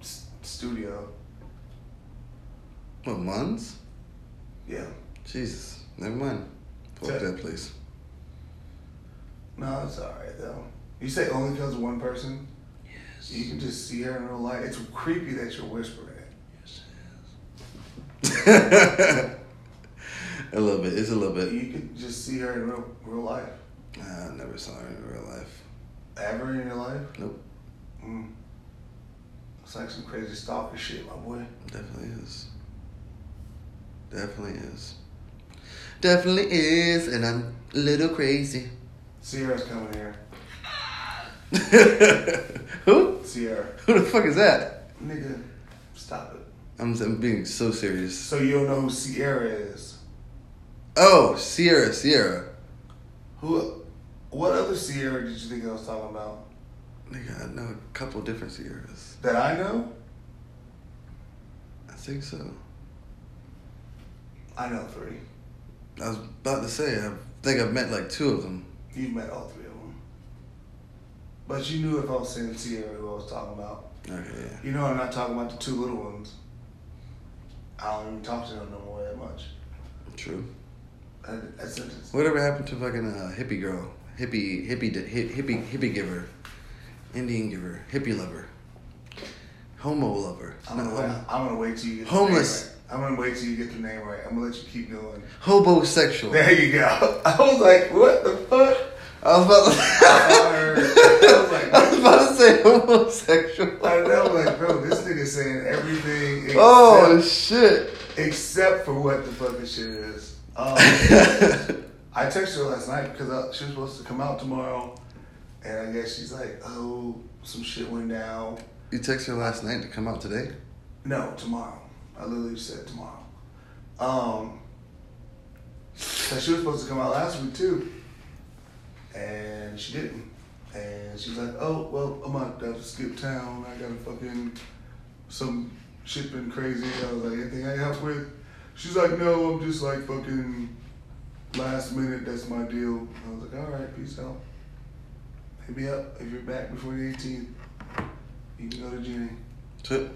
Speaker 2: s- studio.
Speaker 1: What Munns?
Speaker 2: Yeah.
Speaker 1: Jesus, never mind. Fuck
Speaker 2: Yeah.
Speaker 1: that place.
Speaker 2: No, it's alright though. You say only because one person.
Speaker 1: Yes.
Speaker 2: You can just see her in real life. It's creepy that you're whispering it.
Speaker 1: a little bit. It's a little bit.
Speaker 2: You can just see her in real, real life.
Speaker 1: I never saw her in real life.
Speaker 2: Ever in your life?
Speaker 1: Nope.
Speaker 2: Mm. It's like some crazy stalker shit, my boy.
Speaker 1: Definitely is. Definitely is. Definitely is, and I'm a little crazy.
Speaker 2: Sierra's coming here.
Speaker 1: Who?
Speaker 2: Sierra.
Speaker 1: Who the fuck is that?
Speaker 2: Nigga, stop it.
Speaker 1: I'm, I'm being so serious.
Speaker 2: So you don't know who Sierra is?
Speaker 1: Oh, Sierra, Sierra.
Speaker 2: Who? What other Sierra did you think I was talking about?
Speaker 1: Nigga, I know a couple different Sierras.
Speaker 2: That I know?
Speaker 1: I think so.
Speaker 2: I know three.
Speaker 1: I was about to say, I think I've met like two of them.
Speaker 2: You've met all three of them. But you knew if I was saying Sierra who I was talking about.
Speaker 1: Okay, yeah.
Speaker 2: You know I'm not talking about the two little ones. I don't even talk to them no more that much.
Speaker 1: True.
Speaker 2: That, that sentence.
Speaker 1: Whatever happened to fucking uh, hippie girl? Hippie, hippie, di- hi- hippie, hippie giver. Indian giver. Hippie lover. Homo lover.
Speaker 2: I'm
Speaker 1: No,
Speaker 2: gonna, wait, I'm gonna wait till you get
Speaker 1: Homeless.
Speaker 2: The name right. I'm gonna wait till you get the name right. I'm gonna let you keep going.
Speaker 1: Hobosexual.
Speaker 2: There you go. I was like, what the fuck?
Speaker 1: I was about to,
Speaker 2: I was like,
Speaker 1: I was about to say homosexual.
Speaker 2: I know, like, bro, this nigga saying everything except,
Speaker 1: Oh, shit.
Speaker 2: except for what the fucking shit is. Um, I texted her last night because I, she was supposed to come out tomorrow, and I guess she's like, oh, some shit went down.
Speaker 1: you texted her last night to come out today?
Speaker 2: No, tomorrow. I literally said tomorrow. Um, 'cause she was supposed to come out last week too, and she didn't. And she's like, "Oh well, I'm gonna have to skip town. I got a fucking some shit been crazy." I was like, "Anything I can help with?" She's like, "No, I'm just like fucking last minute. That's my deal." I was like, "All right, peace out. Hit me up if you're back before the 18th. You can go to Jenny."
Speaker 1: Tw-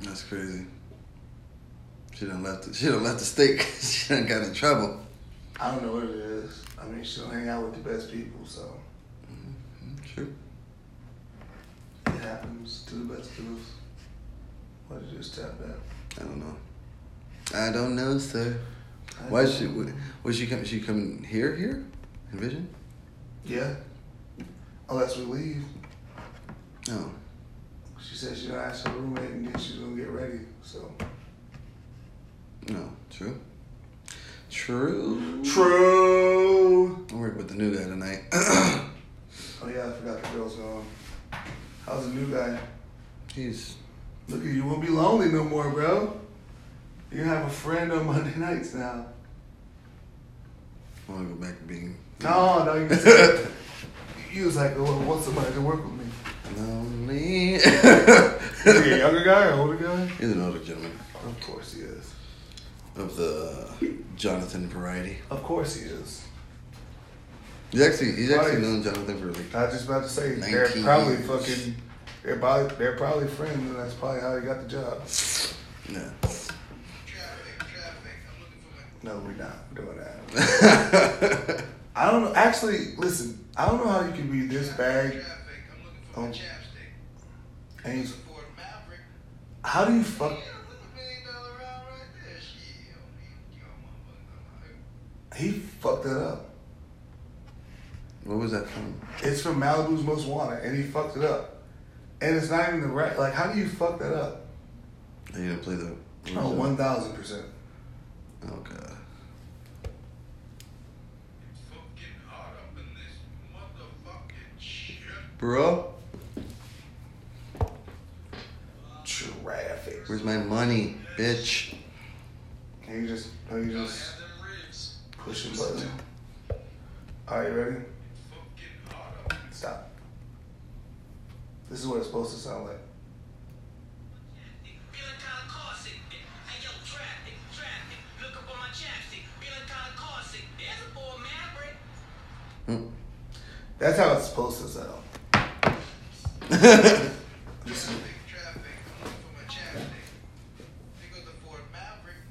Speaker 1: That's crazy. She done left. The, she done left the steak. she done got in trouble.
Speaker 2: I don't know what it is. I mean, she don't hang out with the best people, so
Speaker 1: True.
Speaker 2: it happens to the best of us. What did you just tap that?
Speaker 1: I don't know. I don't know, sir.
Speaker 2: I
Speaker 1: Why is she?
Speaker 2: don't know.
Speaker 1: Was she coming? She coming here? Here? Envision?
Speaker 2: Yeah. Unless we leave.
Speaker 1: No.
Speaker 2: She said she gonna ask her roommate and then she's gonna get ready. So
Speaker 1: No. True. True.
Speaker 2: True.
Speaker 1: I'm working with the new guy tonight.
Speaker 2: Oh yeah, I forgot the girl's gone. How's the new guy?
Speaker 1: He's
Speaker 2: Look at you won't be lonely no more, bro. You have a friend on Monday nights now.
Speaker 1: I want to go back to being.
Speaker 2: No, no, you You was like, oh, I want somebody to work with me.
Speaker 1: Lonely.
Speaker 2: Is he a younger guy or older guy?
Speaker 1: He's an older gentleman
Speaker 2: Of course he is.
Speaker 1: of the Jonathan variety.
Speaker 2: Of course he is.
Speaker 1: He's actually he's actually
Speaker 2: Right.
Speaker 1: known Jonathan for like
Speaker 2: I was just about to say they're
Speaker 1: 19
Speaker 2: probably
Speaker 1: years.
Speaker 2: fucking. They're probably they're probably friends, and that's probably how he got the job.
Speaker 1: no.
Speaker 3: Traffic, traffic. I'm looking for my.
Speaker 2: No, we're not doing that.
Speaker 1: I
Speaker 2: I don't know. Actually, listen. I don't know how you can be this bad.
Speaker 3: Traffic. I'm looking for my
Speaker 2: Oh.
Speaker 3: chapstick.
Speaker 2: And he's,
Speaker 3: It's a Ford Maverick.
Speaker 2: how do you
Speaker 3: Yeah,
Speaker 2: fuck?
Speaker 3: that's a million dollar round right there. Shit, I don't need your motherfucker.
Speaker 2: He fucked it up.
Speaker 1: what was that from?
Speaker 2: It's from Malibu's Most Wanted, and he fucked it up. And it's not even the right. Like, how do you fuck that up?
Speaker 1: Oh, You didn't play the.
Speaker 2: Oh, one thousand percent.
Speaker 1: Oh god.
Speaker 3: It's fucking hot up in this motherfucking shit.
Speaker 1: Bro,
Speaker 2: Traffic.
Speaker 1: where's my money, bitch?
Speaker 2: Can you just, can you
Speaker 3: Gotta
Speaker 2: just
Speaker 3: have them ribs.
Speaker 2: push the button? Are you ready?
Speaker 3: It's fucking hot up.
Speaker 2: Stop. This is what it's supposed to sound like.
Speaker 4: Feeling kinda car sick. Hey yo, traffic, traffic. Look up on my chapstick. Feeling kinda car sick. There's a boy Maverick.
Speaker 1: Hmm.
Speaker 2: That's how it's supposed to sound. Just-
Speaker 3: Traffic, traffic. I'm looking for my chapstick. There goes the Ford Maverick.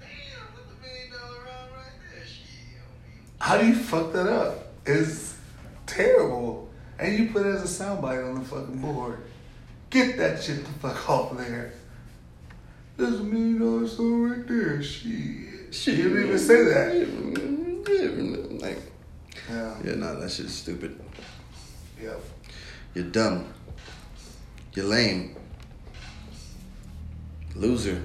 Speaker 3: Damn, that's a million dollar round right there. Shit, I don't need-
Speaker 2: How do you fuck that up? It's terrible. And you put it as a soundbite on the fucking board. Get that shit the fuck off there. There's a million dollar store right there. Shit. She didn't even say that.
Speaker 1: that. Like,
Speaker 2: Yeah.
Speaker 1: yeah, no, that shit's stupid.
Speaker 2: Yep.
Speaker 1: You're dumb. You're lame. Loser.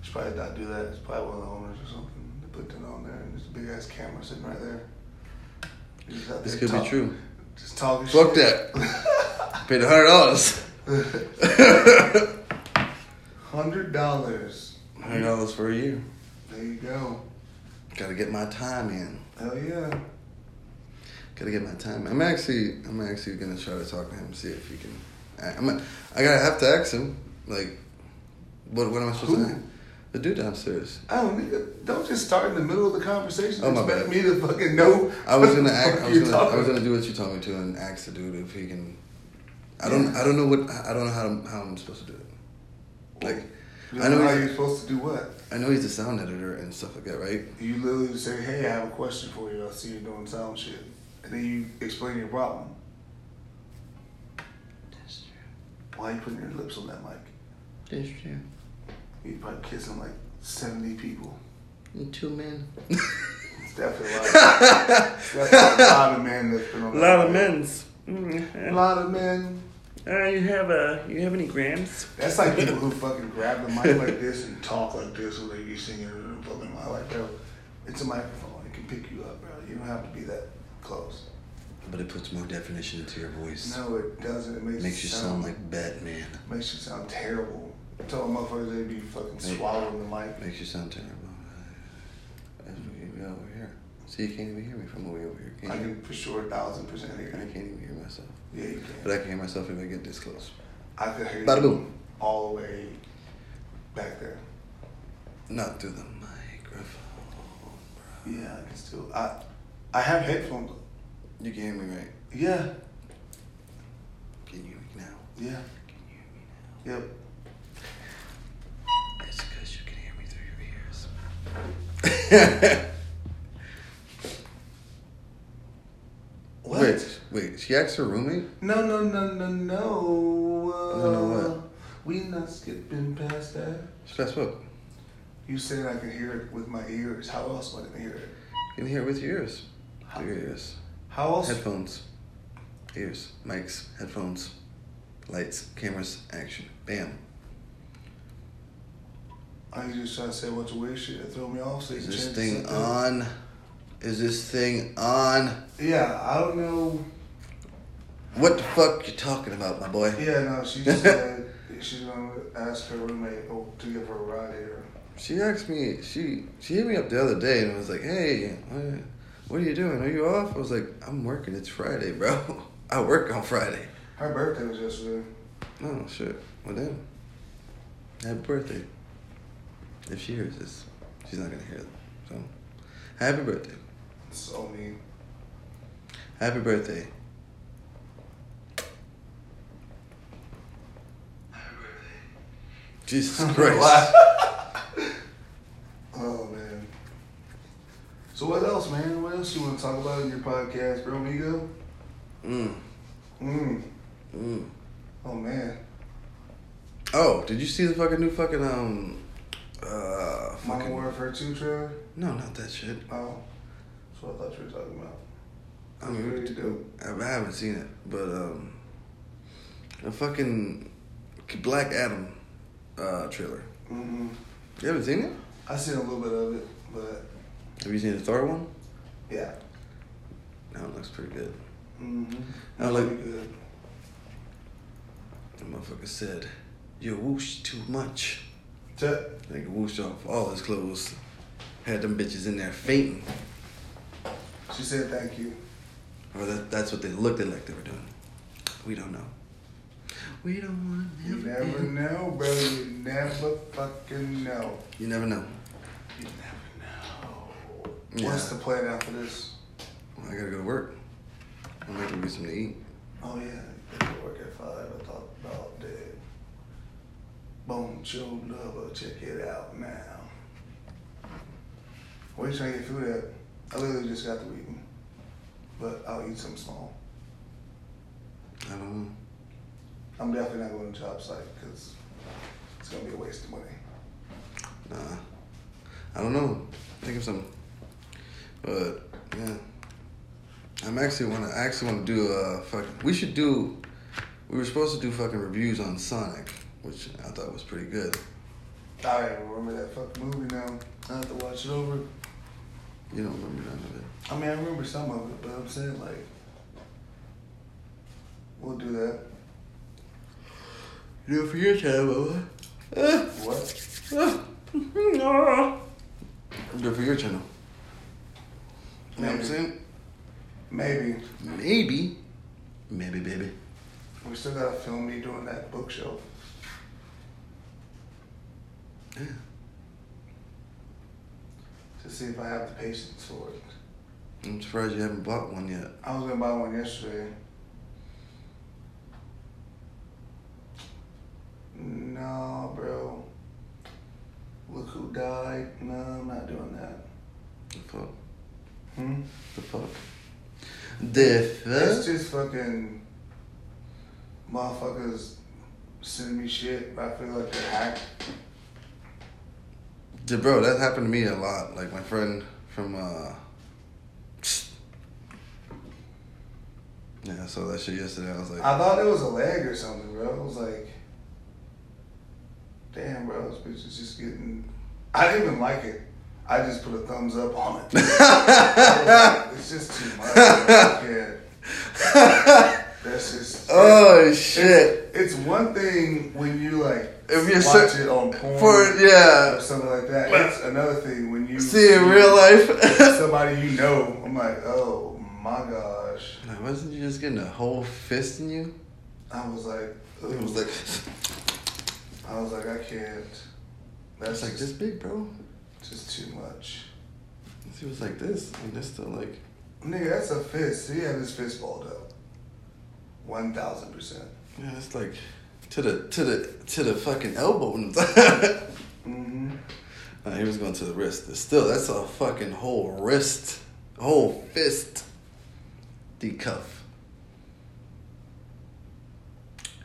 Speaker 2: Should probably not do that. It's probably one of the owners or something. They put that on there and there's a big ass camera sitting right there. You just out
Speaker 1: This
Speaker 2: there
Speaker 1: could be
Speaker 2: talk-
Speaker 1: true.
Speaker 2: Just talking
Speaker 1: Fuck
Speaker 2: shit.
Speaker 1: that. Paid a hundred dollars.
Speaker 2: Hundred dollars.
Speaker 1: Hundred dollars for a year.
Speaker 2: There you go.
Speaker 1: Gotta get my time in.
Speaker 2: Hell yeah.
Speaker 1: Gotta get my time. I'm actually, I'm actually gonna try to talk to him, see if he can. I, I'm, I gotta have to ask him, like, what, what am I supposed
Speaker 2: Who?
Speaker 1: to ask? The dude downstairs.
Speaker 2: Oh, nigga, don't just start in the middle of the conversation.
Speaker 1: Oh, my
Speaker 2: expect
Speaker 1: bad.
Speaker 2: me to fucking know.
Speaker 1: I was
Speaker 2: what
Speaker 1: gonna
Speaker 2: the
Speaker 1: act.
Speaker 2: fuck
Speaker 1: I was
Speaker 2: you're
Speaker 1: gonna, I was
Speaker 2: talking
Speaker 1: gonna do what you told me to and ask the dude if he can. I don't.
Speaker 2: Yeah.
Speaker 1: I don't know what. I don't know how. To, how I'm supposed to do it. Like,
Speaker 2: about.
Speaker 1: I know
Speaker 2: You how
Speaker 1: he's-
Speaker 2: you're supposed to do what.
Speaker 1: I know he's a sound editor and stuff like that, right?
Speaker 2: You literally just say, "Hey, I have a question for you. I see you doing sound shit," and then you explain your problem.
Speaker 3: That's true.
Speaker 2: Why are you putting your lips on that mic?
Speaker 1: That's true.
Speaker 2: You probably kissing like seventy people.
Speaker 1: two men.
Speaker 2: It's definitely a lot. Of, definitely a lot of men that's been on.
Speaker 5: A
Speaker 2: that
Speaker 5: lot of
Speaker 2: mic.
Speaker 5: men's.
Speaker 2: A
Speaker 5: Mm.
Speaker 2: lot of men.
Speaker 5: Uh, you have a. You have any grams?
Speaker 2: That's like people who fucking grab the mic like this and talk like this when they be singing in the fucking mic. Like, bro, it's a microphone. It can pick you up, bro. You don't have to be that close.
Speaker 1: But it puts more definition into your voice.
Speaker 2: No, it doesn't. It makes,
Speaker 1: Makes you sound like Batman.
Speaker 2: makes you sound terrible. I told motherfuckers they be fucking
Speaker 1: Hey.
Speaker 2: swallowing the mic.
Speaker 1: Makes you sound terrible. Uh, That's what you got over here. See, you can't even hear me from way over here.
Speaker 2: I
Speaker 1: Can't you?
Speaker 2: can for sure a thousand percent hear
Speaker 1: I can't
Speaker 2: you.
Speaker 1: even hear myself.
Speaker 2: Yeah, you
Speaker 1: But
Speaker 2: can.
Speaker 1: I can hear myself if I get this close.
Speaker 2: I could hear
Speaker 1: Bada
Speaker 2: you
Speaker 1: boom.
Speaker 2: all the way back there.
Speaker 1: Not through the microphone.
Speaker 2: Yeah, I can still. I I have headphones.
Speaker 1: You can hear me right.
Speaker 2: Yeah,
Speaker 1: Can you hear me now?
Speaker 2: yeah,
Speaker 1: Can you hear me
Speaker 2: yep. What?
Speaker 1: Wait, wait. She asked her roommate.
Speaker 2: No, no, no, no, no. Uh,
Speaker 1: No, no, what?
Speaker 2: We not skipping past that.
Speaker 1: She asked what?
Speaker 2: You said I could hear it with my ears. How else would I hear it?
Speaker 1: You can hear it with your ears. Through your ears.
Speaker 2: How else?
Speaker 1: Headphones. Ears. Mics. Headphones. Lights. Cameras. Action. Bam.
Speaker 2: Are you just trying to say a bunch of weird shit that throw me off? So you
Speaker 1: Is
Speaker 2: can
Speaker 1: this
Speaker 2: change
Speaker 1: thing
Speaker 2: something?
Speaker 1: on? Is this thing on?
Speaker 2: Yeah, I don't know.
Speaker 1: What the fuck you talking about, my boy?
Speaker 2: Yeah, no, she just said she's gonna ask her roommate oh, to give her a ride here.
Speaker 1: She asked me. She she hit me up the other day and was like, "Hey, what, what are you doing? Are you off?" I was like, "I'm working. It's Friday, bro. I work on Friday."
Speaker 2: Her birthday was yesterday.
Speaker 1: Oh shit. Well then, happy birthday. If she hears this, she's not gonna hear it. So, happy birthday.
Speaker 2: So mean.
Speaker 1: Happy birthday.
Speaker 3: Happy birthday.
Speaker 1: Jesus
Speaker 2: Wow.
Speaker 1: Christ.
Speaker 2: Oh man. So what else, man? What else you want to talk about in your podcast, bro, amigo?
Speaker 1: mm,
Speaker 2: Mm.
Speaker 1: mm.
Speaker 2: Oh man.
Speaker 1: Oh, did you see the fucking new fucking um uh
Speaker 2: Modern
Speaker 1: fucking
Speaker 2: Warfare Two trailer.
Speaker 1: no not that shit.
Speaker 2: Oh, that's what I thought you were talking about.
Speaker 1: I mean,
Speaker 2: Really
Speaker 1: we-
Speaker 2: dope.
Speaker 1: I I haven't seen it, but um, a fucking Black Adam uh, trailer.
Speaker 2: Mm-hmm.
Speaker 1: You haven't seen it?
Speaker 2: I seen a little bit of it, but
Speaker 1: Have you seen the Thor one?
Speaker 2: yeah.
Speaker 1: That one looks pretty good.
Speaker 2: Mm-hmm.
Speaker 1: I like-
Speaker 2: good.
Speaker 1: The motherfucker said, "You whoosh too much."
Speaker 2: Check.
Speaker 1: Like whooshed off all his clothes. Had them bitches in there fainting,
Speaker 2: She said thank you.
Speaker 1: or that, that's what they looked like they were doing. We don't know. We don't want
Speaker 2: You never know, bro. You never fucking know.
Speaker 1: You never know.
Speaker 2: You never know.
Speaker 1: Yeah.
Speaker 2: What's the plan after this?
Speaker 1: I gotta go to work. I'm gonna get something to eat.
Speaker 2: Oh yeah, I gotta work at five. I thought about that. Bone Joe Lover, uh, check it out now. Where you trying to get food at? I literally just got the eating, but I'll eat something small.
Speaker 1: I don't know.
Speaker 2: I'm definitely not going to job site because it's gonna be a waste of money.
Speaker 1: Nah. I don't know. Think of something. But yeah. I'm actually wanna I actually wanna do a fuck we should do we were supposed to do fucking reviews on Sonic, which I thought was pretty good.
Speaker 2: I don't even remember that fucking movie now. I have to watch it over.
Speaker 1: You don't remember none of it.
Speaker 2: I mean, I remember some of it, but I'm saying like, we'll do that.
Speaker 1: Do it for your channel, Eh.
Speaker 2: What?
Speaker 1: Do it for your channel. You know what I'm
Speaker 2: Maybe.
Speaker 1: saying?
Speaker 2: Maybe
Speaker 1: Maybe. Maybe baby.
Speaker 2: we still gotta film me doing that bookshelf.
Speaker 1: Yeah.
Speaker 2: to see if I have the patience for it.
Speaker 1: I'm surprised you haven't bought one yet.
Speaker 2: I was gonna buy one yesterday. No, bro. Look who died. No, I'm not doing that.
Speaker 1: The fuck?
Speaker 2: Hmm?
Speaker 1: The fuck? The
Speaker 2: It's
Speaker 1: fuck?
Speaker 2: just fucking motherfuckers send me shit. but I feel like they're hacked.
Speaker 1: Dude, bro, that happened to me a lot. Like my friend from uh Yeah, I saw that shit yesterday. I was like,
Speaker 2: I thought it was a leg or something, bro. I was like, damn, bro, this bitch is just getting. I didn't even like it. I just put a thumbs up on it. I was like, it's just too much. bro. Yeah, that's just.
Speaker 1: Oh shit.
Speaker 2: It's one thing when you like
Speaker 1: If you're
Speaker 2: watch
Speaker 1: so-
Speaker 2: it on porn
Speaker 1: For yeah.
Speaker 2: or something like that.
Speaker 5: Well-
Speaker 2: it's another thing when you
Speaker 1: See it in real life.
Speaker 2: somebody you know. I'm like, oh my gosh.
Speaker 1: Like, wasn't you just getting a whole fist in you?
Speaker 2: I was like,
Speaker 1: It was
Speaker 2: ugh.
Speaker 1: like
Speaker 2: I was like, I can't. That's
Speaker 1: it's like
Speaker 2: just,
Speaker 1: this big, bro.
Speaker 2: just too much.
Speaker 1: It was like this. And this still like
Speaker 2: Nigga, that's a fist. He had his fist balled up. One thousand percent.
Speaker 1: yeah, it's like to the to the to the fucking elbow.
Speaker 2: Mm-hmm.
Speaker 1: Uh, he was going to the wrist. Still, that's a fucking whole wrist, whole fist, the cuff.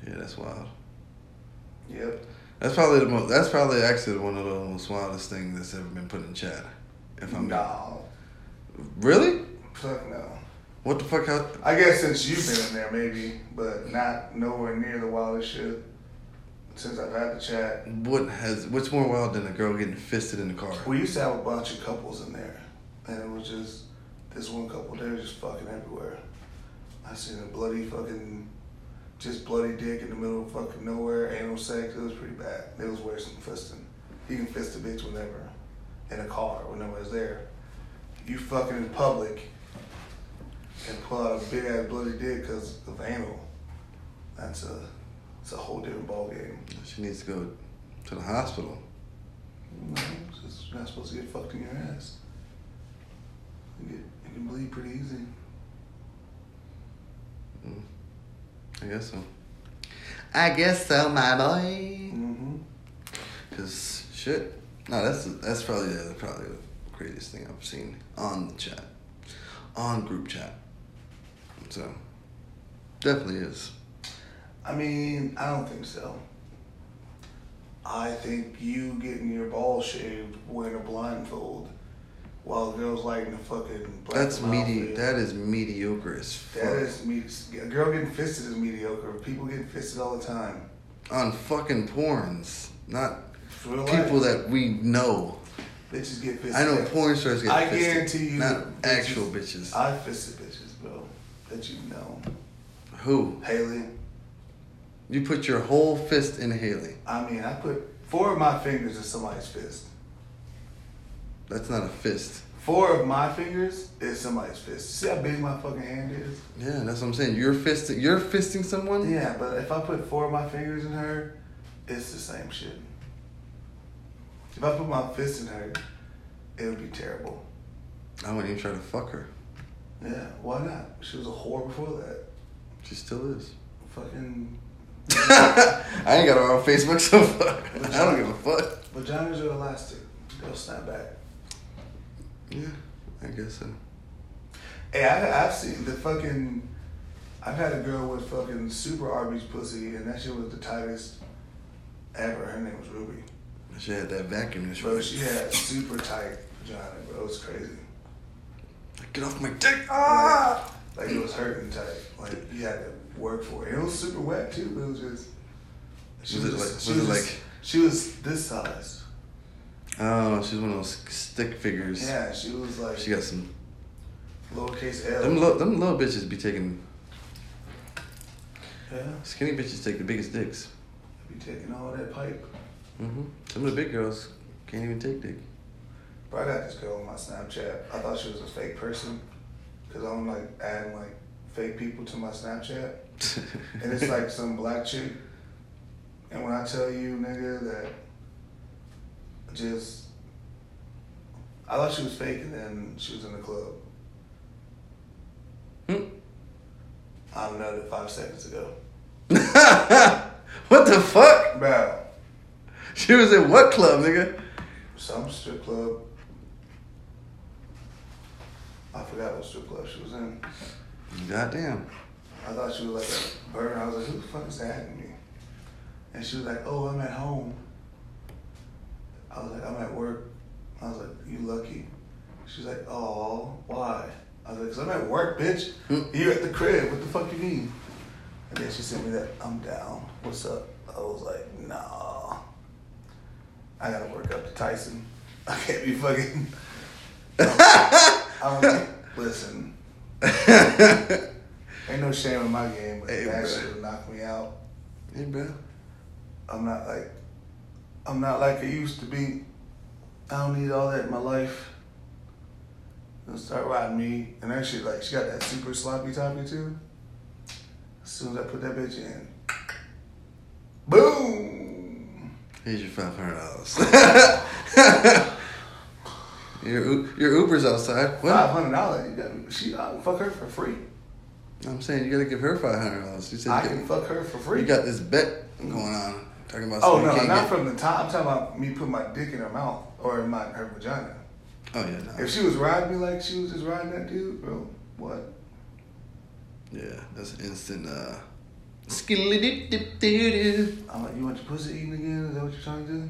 Speaker 1: Yeah, that's wild.
Speaker 2: Yep.
Speaker 1: That's probably the most. That's probably actually one of the most wildest things that's ever been put in chat. If I'm
Speaker 2: No.
Speaker 1: really,
Speaker 2: Fuck no.
Speaker 1: what the fuck? How,
Speaker 2: I guess since you've been in there, maybe, but not nowhere near the wildest shit since I've had the chat.
Speaker 1: what has? What's more wild than a girl getting fisted in the car?
Speaker 2: We used to have a bunch of couples in there, and it was just this one couple. They were just fucking everywhere. I seen a bloody fucking, just bloody dick in the middle of fucking nowhere, anal sex. It was pretty bad. They was worse than fisting. You can fist a bitch whenever, in a car when nobody's there. You fucking in public and pull out a big ass bloody dick because of anal. That's a, it's a whole different ball game.
Speaker 1: She needs to go to the hospital.
Speaker 2: No, it's just- you're not supposed to get fucked in your ass. You, get, you can bleed pretty easy.
Speaker 1: Mm. I guess so. I guess so, my boy.
Speaker 2: Mm-hmm.
Speaker 1: Cause shit. No, that's that's probably the probably the craziest thing I've seen on the chat, on group chat. So definitely is.
Speaker 2: I mean, I don't think so. I think you getting your ball shaved wearing a blindfold while the girl's lighting a fucking black
Speaker 1: That's medi.
Speaker 2: outfit.
Speaker 1: That is mediocre as fuck.
Speaker 2: that is me- a girl getting fisted is mediocre. People getting fisted all the time.
Speaker 1: on fucking porns, not
Speaker 2: It's Real
Speaker 1: people
Speaker 2: life.
Speaker 1: that we know.
Speaker 2: bitches get fisted.
Speaker 1: I know porn stars get
Speaker 2: I
Speaker 1: fisted,
Speaker 2: guarantee you,
Speaker 1: not
Speaker 2: bitches-
Speaker 1: actual bitches.
Speaker 2: I fisted bitches, bro. That you know,
Speaker 1: Who?
Speaker 2: Haley.
Speaker 1: You put your whole fist in Haley.
Speaker 2: I mean, I put four of my fingers in somebody's fist.
Speaker 1: That's not a fist.
Speaker 2: Four of my fingers is somebody's fist. See how big my fucking hand is?
Speaker 1: Yeah, that's what I'm saying. You're fisting. You're fisting someone.
Speaker 2: Yeah, but if I put four of my fingers in her, it's the same shit. If I put my fist in her, it would be terrible.
Speaker 1: I wouldn't even try to fuck her.
Speaker 2: Yeah, why not? She was a whore before that.
Speaker 1: She still is.
Speaker 2: Fucking
Speaker 1: I ain't got her on Facebook so far. I don't give a fuck.
Speaker 2: vaginas are elastic. They'll snap back.
Speaker 1: Yeah, I guess so.
Speaker 2: Hey, I, I've seen the fucking. I've had a girl with fucking super Arby's pussy, and that shit was the tightest ever. Her name was Ruby.
Speaker 1: She had that vacuum. that she
Speaker 2: Bro,
Speaker 1: was-
Speaker 2: she had super tight vagina, bro. It was crazy.
Speaker 1: Get off my dick! Ah!
Speaker 2: Like, it was hurting tight. Like, you had to work for it. It was super wet, too. It was just.
Speaker 1: Was it
Speaker 2: just-
Speaker 1: like-
Speaker 2: she
Speaker 1: was it
Speaker 2: just-
Speaker 1: like-
Speaker 2: She was this size.
Speaker 1: Oh, she's one of those stick figures.
Speaker 2: Yeah, she was like
Speaker 1: She got some.
Speaker 2: lowercase L.
Speaker 1: Them, lo- them little bitches be taking.
Speaker 2: yeah,
Speaker 1: Skinny bitches take the biggest dicks.
Speaker 2: be taking all that pipe.
Speaker 1: hmm Some of the big girls can't even take dick.
Speaker 2: Bro, I got this girl on my Snapchat. I thought she was a fake person because I'm like adding like fake people to my Snapchat, and it's like some black chick. And when I tell you, nigga, that just I thought she was fake, and then she was in the club.
Speaker 1: Hmm?
Speaker 2: I know that five seconds ago,
Speaker 1: what the fuck?
Speaker 2: bro.
Speaker 1: She was in what club, nigga?
Speaker 2: Some strip club. I forgot what strip club she was in.
Speaker 1: Goddamn.
Speaker 2: I thought she was like a bird. I was like, who the fuck is adding me? And she was like, oh, I'm at home. I was like, I'm at work. I was like, you lucky. She's like, oh, why? I was like, cause I'm at work, bitch.
Speaker 1: Hmm.
Speaker 2: You're at the crib. What the fuck you mean? And then she sent me that, I'm down. What's up? I was like, nah. I gotta work up to Tyson. I can't be fucking. I was like, listen.
Speaker 1: hey,
Speaker 2: Ain't no shame in my game, but
Speaker 1: Hey,
Speaker 2: that
Speaker 1: bruh.
Speaker 2: shit knocked me out.
Speaker 1: bro.
Speaker 2: I'm not like, I'm not like I used to be. I don't need all that in my life. And start riding me, and that shit like she got that super sloppy toppy too. As soon as I put that bitch in, boom.
Speaker 1: Here's your five hundred dollars. your U- your Uber's outside.
Speaker 2: Five
Speaker 1: What?
Speaker 2: hundred dollars. You got she I can fuck her for free.
Speaker 1: I'm saying you gotta give her five hundred dollars. You said
Speaker 2: I
Speaker 1: you
Speaker 2: can
Speaker 1: got,
Speaker 2: fuck her for free.
Speaker 1: you got this bet going on. Talking about
Speaker 2: Oh
Speaker 1: something
Speaker 2: no,
Speaker 1: you
Speaker 2: not
Speaker 1: can't get-
Speaker 2: from the top. I'm talking about me putting my dick in her mouth or in my her vagina.
Speaker 1: Oh yeah, no.
Speaker 2: If she was riding me like she was just riding that dude, bro, what?
Speaker 1: yeah, that's instant. uh Skilly-dip-dip-doo-doo.
Speaker 2: I'm like, you want your pussy eaten again? Is that what you're trying to do?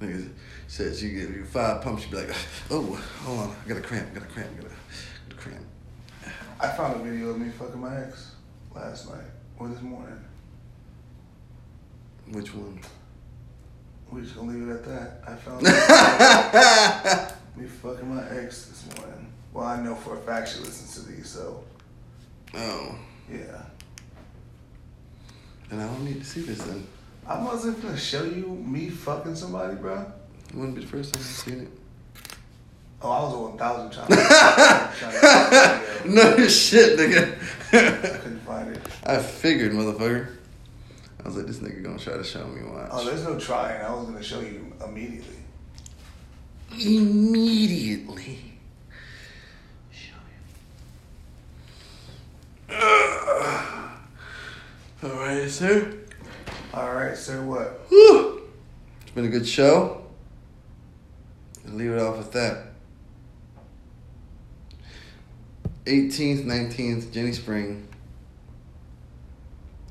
Speaker 1: Nigga says you give you five pumps, you be like, oh, hold on, I got a cramp, I got a cramp, I got a, got a cramp.
Speaker 2: I found a video of me fucking my ex last night or this morning.
Speaker 1: Which one?
Speaker 2: We just gonna leave it at that. I found me fucking my ex this morning. Well, I know for a fact she listens to these, so
Speaker 1: oh,
Speaker 2: yeah.
Speaker 1: and I don't need to see this then.
Speaker 2: I wasn't gonna show you me fucking somebody, bro.
Speaker 1: It wouldn't be the first time I've seen it.
Speaker 2: Oh, I was on thousand times. I
Speaker 1: no shit, nigga.
Speaker 2: couldn't find it.
Speaker 1: I figured, motherfucker. I was like, this nigga gonna try to show me watch.
Speaker 2: Oh, there's no trying. I was gonna show you immediately.
Speaker 1: Immediately. All right, sir.
Speaker 2: All right, sir. What?
Speaker 1: Whew. It's been a good show. I'll leave it off with that. 18th, 19th, Jenny Spring.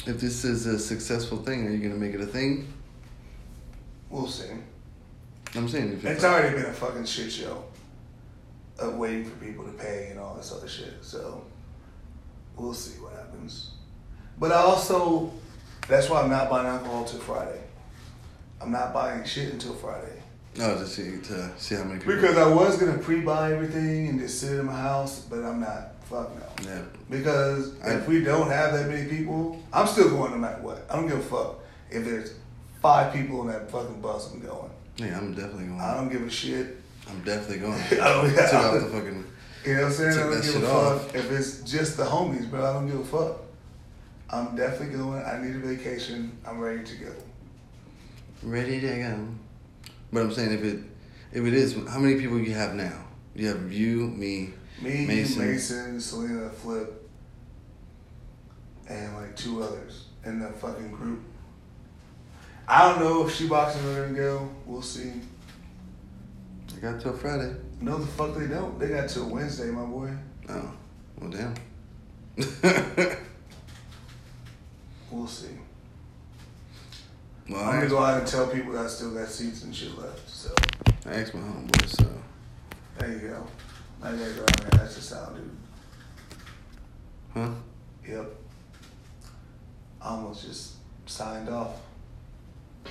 Speaker 1: If this is a successful thing, are you going to make it a thing?
Speaker 2: We'll see.
Speaker 1: I'm saying if
Speaker 2: It's already been a fucking shit show of waiting for people to pay and all this other shit. So we'll see what happens. But I also, that's why I'm not buying alcohol till Friday. I'm not buying shit until Friday.
Speaker 1: No, just see, to see how many people.
Speaker 2: Because I was gonna pre-buy everything and just sit in my house, but I'm not. Fuck no.
Speaker 1: Yeah.
Speaker 2: Because
Speaker 1: I-
Speaker 2: if we don't have that many people, I'm still going no matter what. I don't give a fuck if there's five people on that fucking bus. I'm going.
Speaker 1: Yeah, I'm definitely going.
Speaker 2: I don't give a shit.
Speaker 1: I'm definitely going.
Speaker 2: Oh, yeah.
Speaker 1: Took off the fucking.
Speaker 2: You know what I'm saying?
Speaker 1: Took
Speaker 2: I
Speaker 1: that
Speaker 2: don't give a
Speaker 1: shit
Speaker 2: fuck
Speaker 1: off.
Speaker 2: if it's just the homies, bro. I don't give a fuck. I'm definitely going. I need a vacation. I'm ready to go.
Speaker 1: Ready to go. But I'm saying if it, if it is, how many people you have now? You have you, me,
Speaker 2: Me,
Speaker 1: Mason.
Speaker 2: Mason, Mason Selena, Flip, and like two others in the fucking group. I don't know if she boxing or gonna go. We'll see.
Speaker 1: I got till Friday.
Speaker 2: No, the fuck they don't. They got till Wednesday, my boy.
Speaker 1: Oh, well, damn. well,
Speaker 2: We'll see. I'm
Speaker 1: I
Speaker 2: gonna
Speaker 1: asked,
Speaker 2: go out and tell people that I still got seats and shit left. So
Speaker 1: I asked my homeboy, so
Speaker 2: there you go. I gotta go out there. That's the sound, dude.
Speaker 1: huh?
Speaker 2: Yep. I almost just signed off.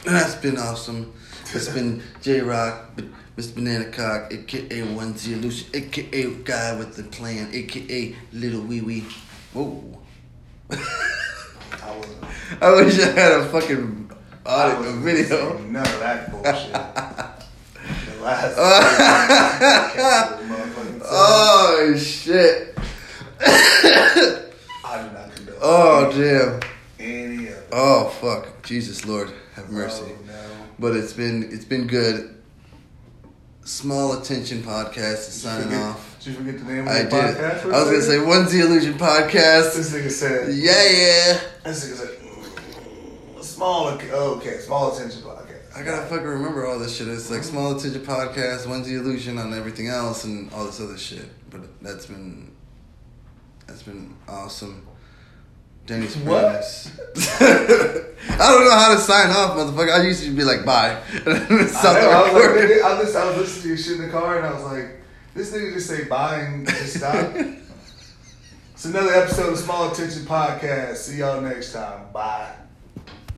Speaker 1: That's been awesome. It's been J Rock, Mr. Banana Cock, aka One Zero Lucian, aka Guy with the Plan, aka Little Wee Wee. Whoa.
Speaker 2: I wasn't.
Speaker 1: I wish I had a fucking
Speaker 2: I
Speaker 1: audio
Speaker 2: wasn't
Speaker 1: video.
Speaker 2: saying None of that bullshit. the last. Oh. Motherfucking song.
Speaker 1: Oh shit.
Speaker 2: I do not condone
Speaker 1: Oh damn.
Speaker 2: any of it.
Speaker 1: Oh fuck. Jesus Lord, have mercy.
Speaker 2: Oh, no.
Speaker 1: But it's been it's been good. Small attention podcast is signing
Speaker 2: Forget-
Speaker 1: off.
Speaker 2: Did you forget the name of
Speaker 1: I
Speaker 2: the
Speaker 1: did.
Speaker 2: podcast?
Speaker 1: I was gonna say one's the illusion podcast.
Speaker 2: This nigga said.
Speaker 1: Yeah.
Speaker 2: This nigga said. mm, Small. Okay, small attention podcast.
Speaker 1: I gotta fucking remember all this shit. It's
Speaker 2: Mm-hmm.
Speaker 1: like small attention podcast, one's the illusion on everything else, and all this other shit. But that's been that's been awesome. Danny Springs.
Speaker 2: What?
Speaker 1: I don't know how to sign off, motherfucker. I used to be like bye.
Speaker 2: I,
Speaker 1: Stop the
Speaker 2: know, I was like,
Speaker 1: recording.
Speaker 2: nigga, I, listen, I was listening to your shit in the car, and I was like, this nigga just say bye and just stop. it's another episode of Small Attention Podcast. See y'all next time. Bye.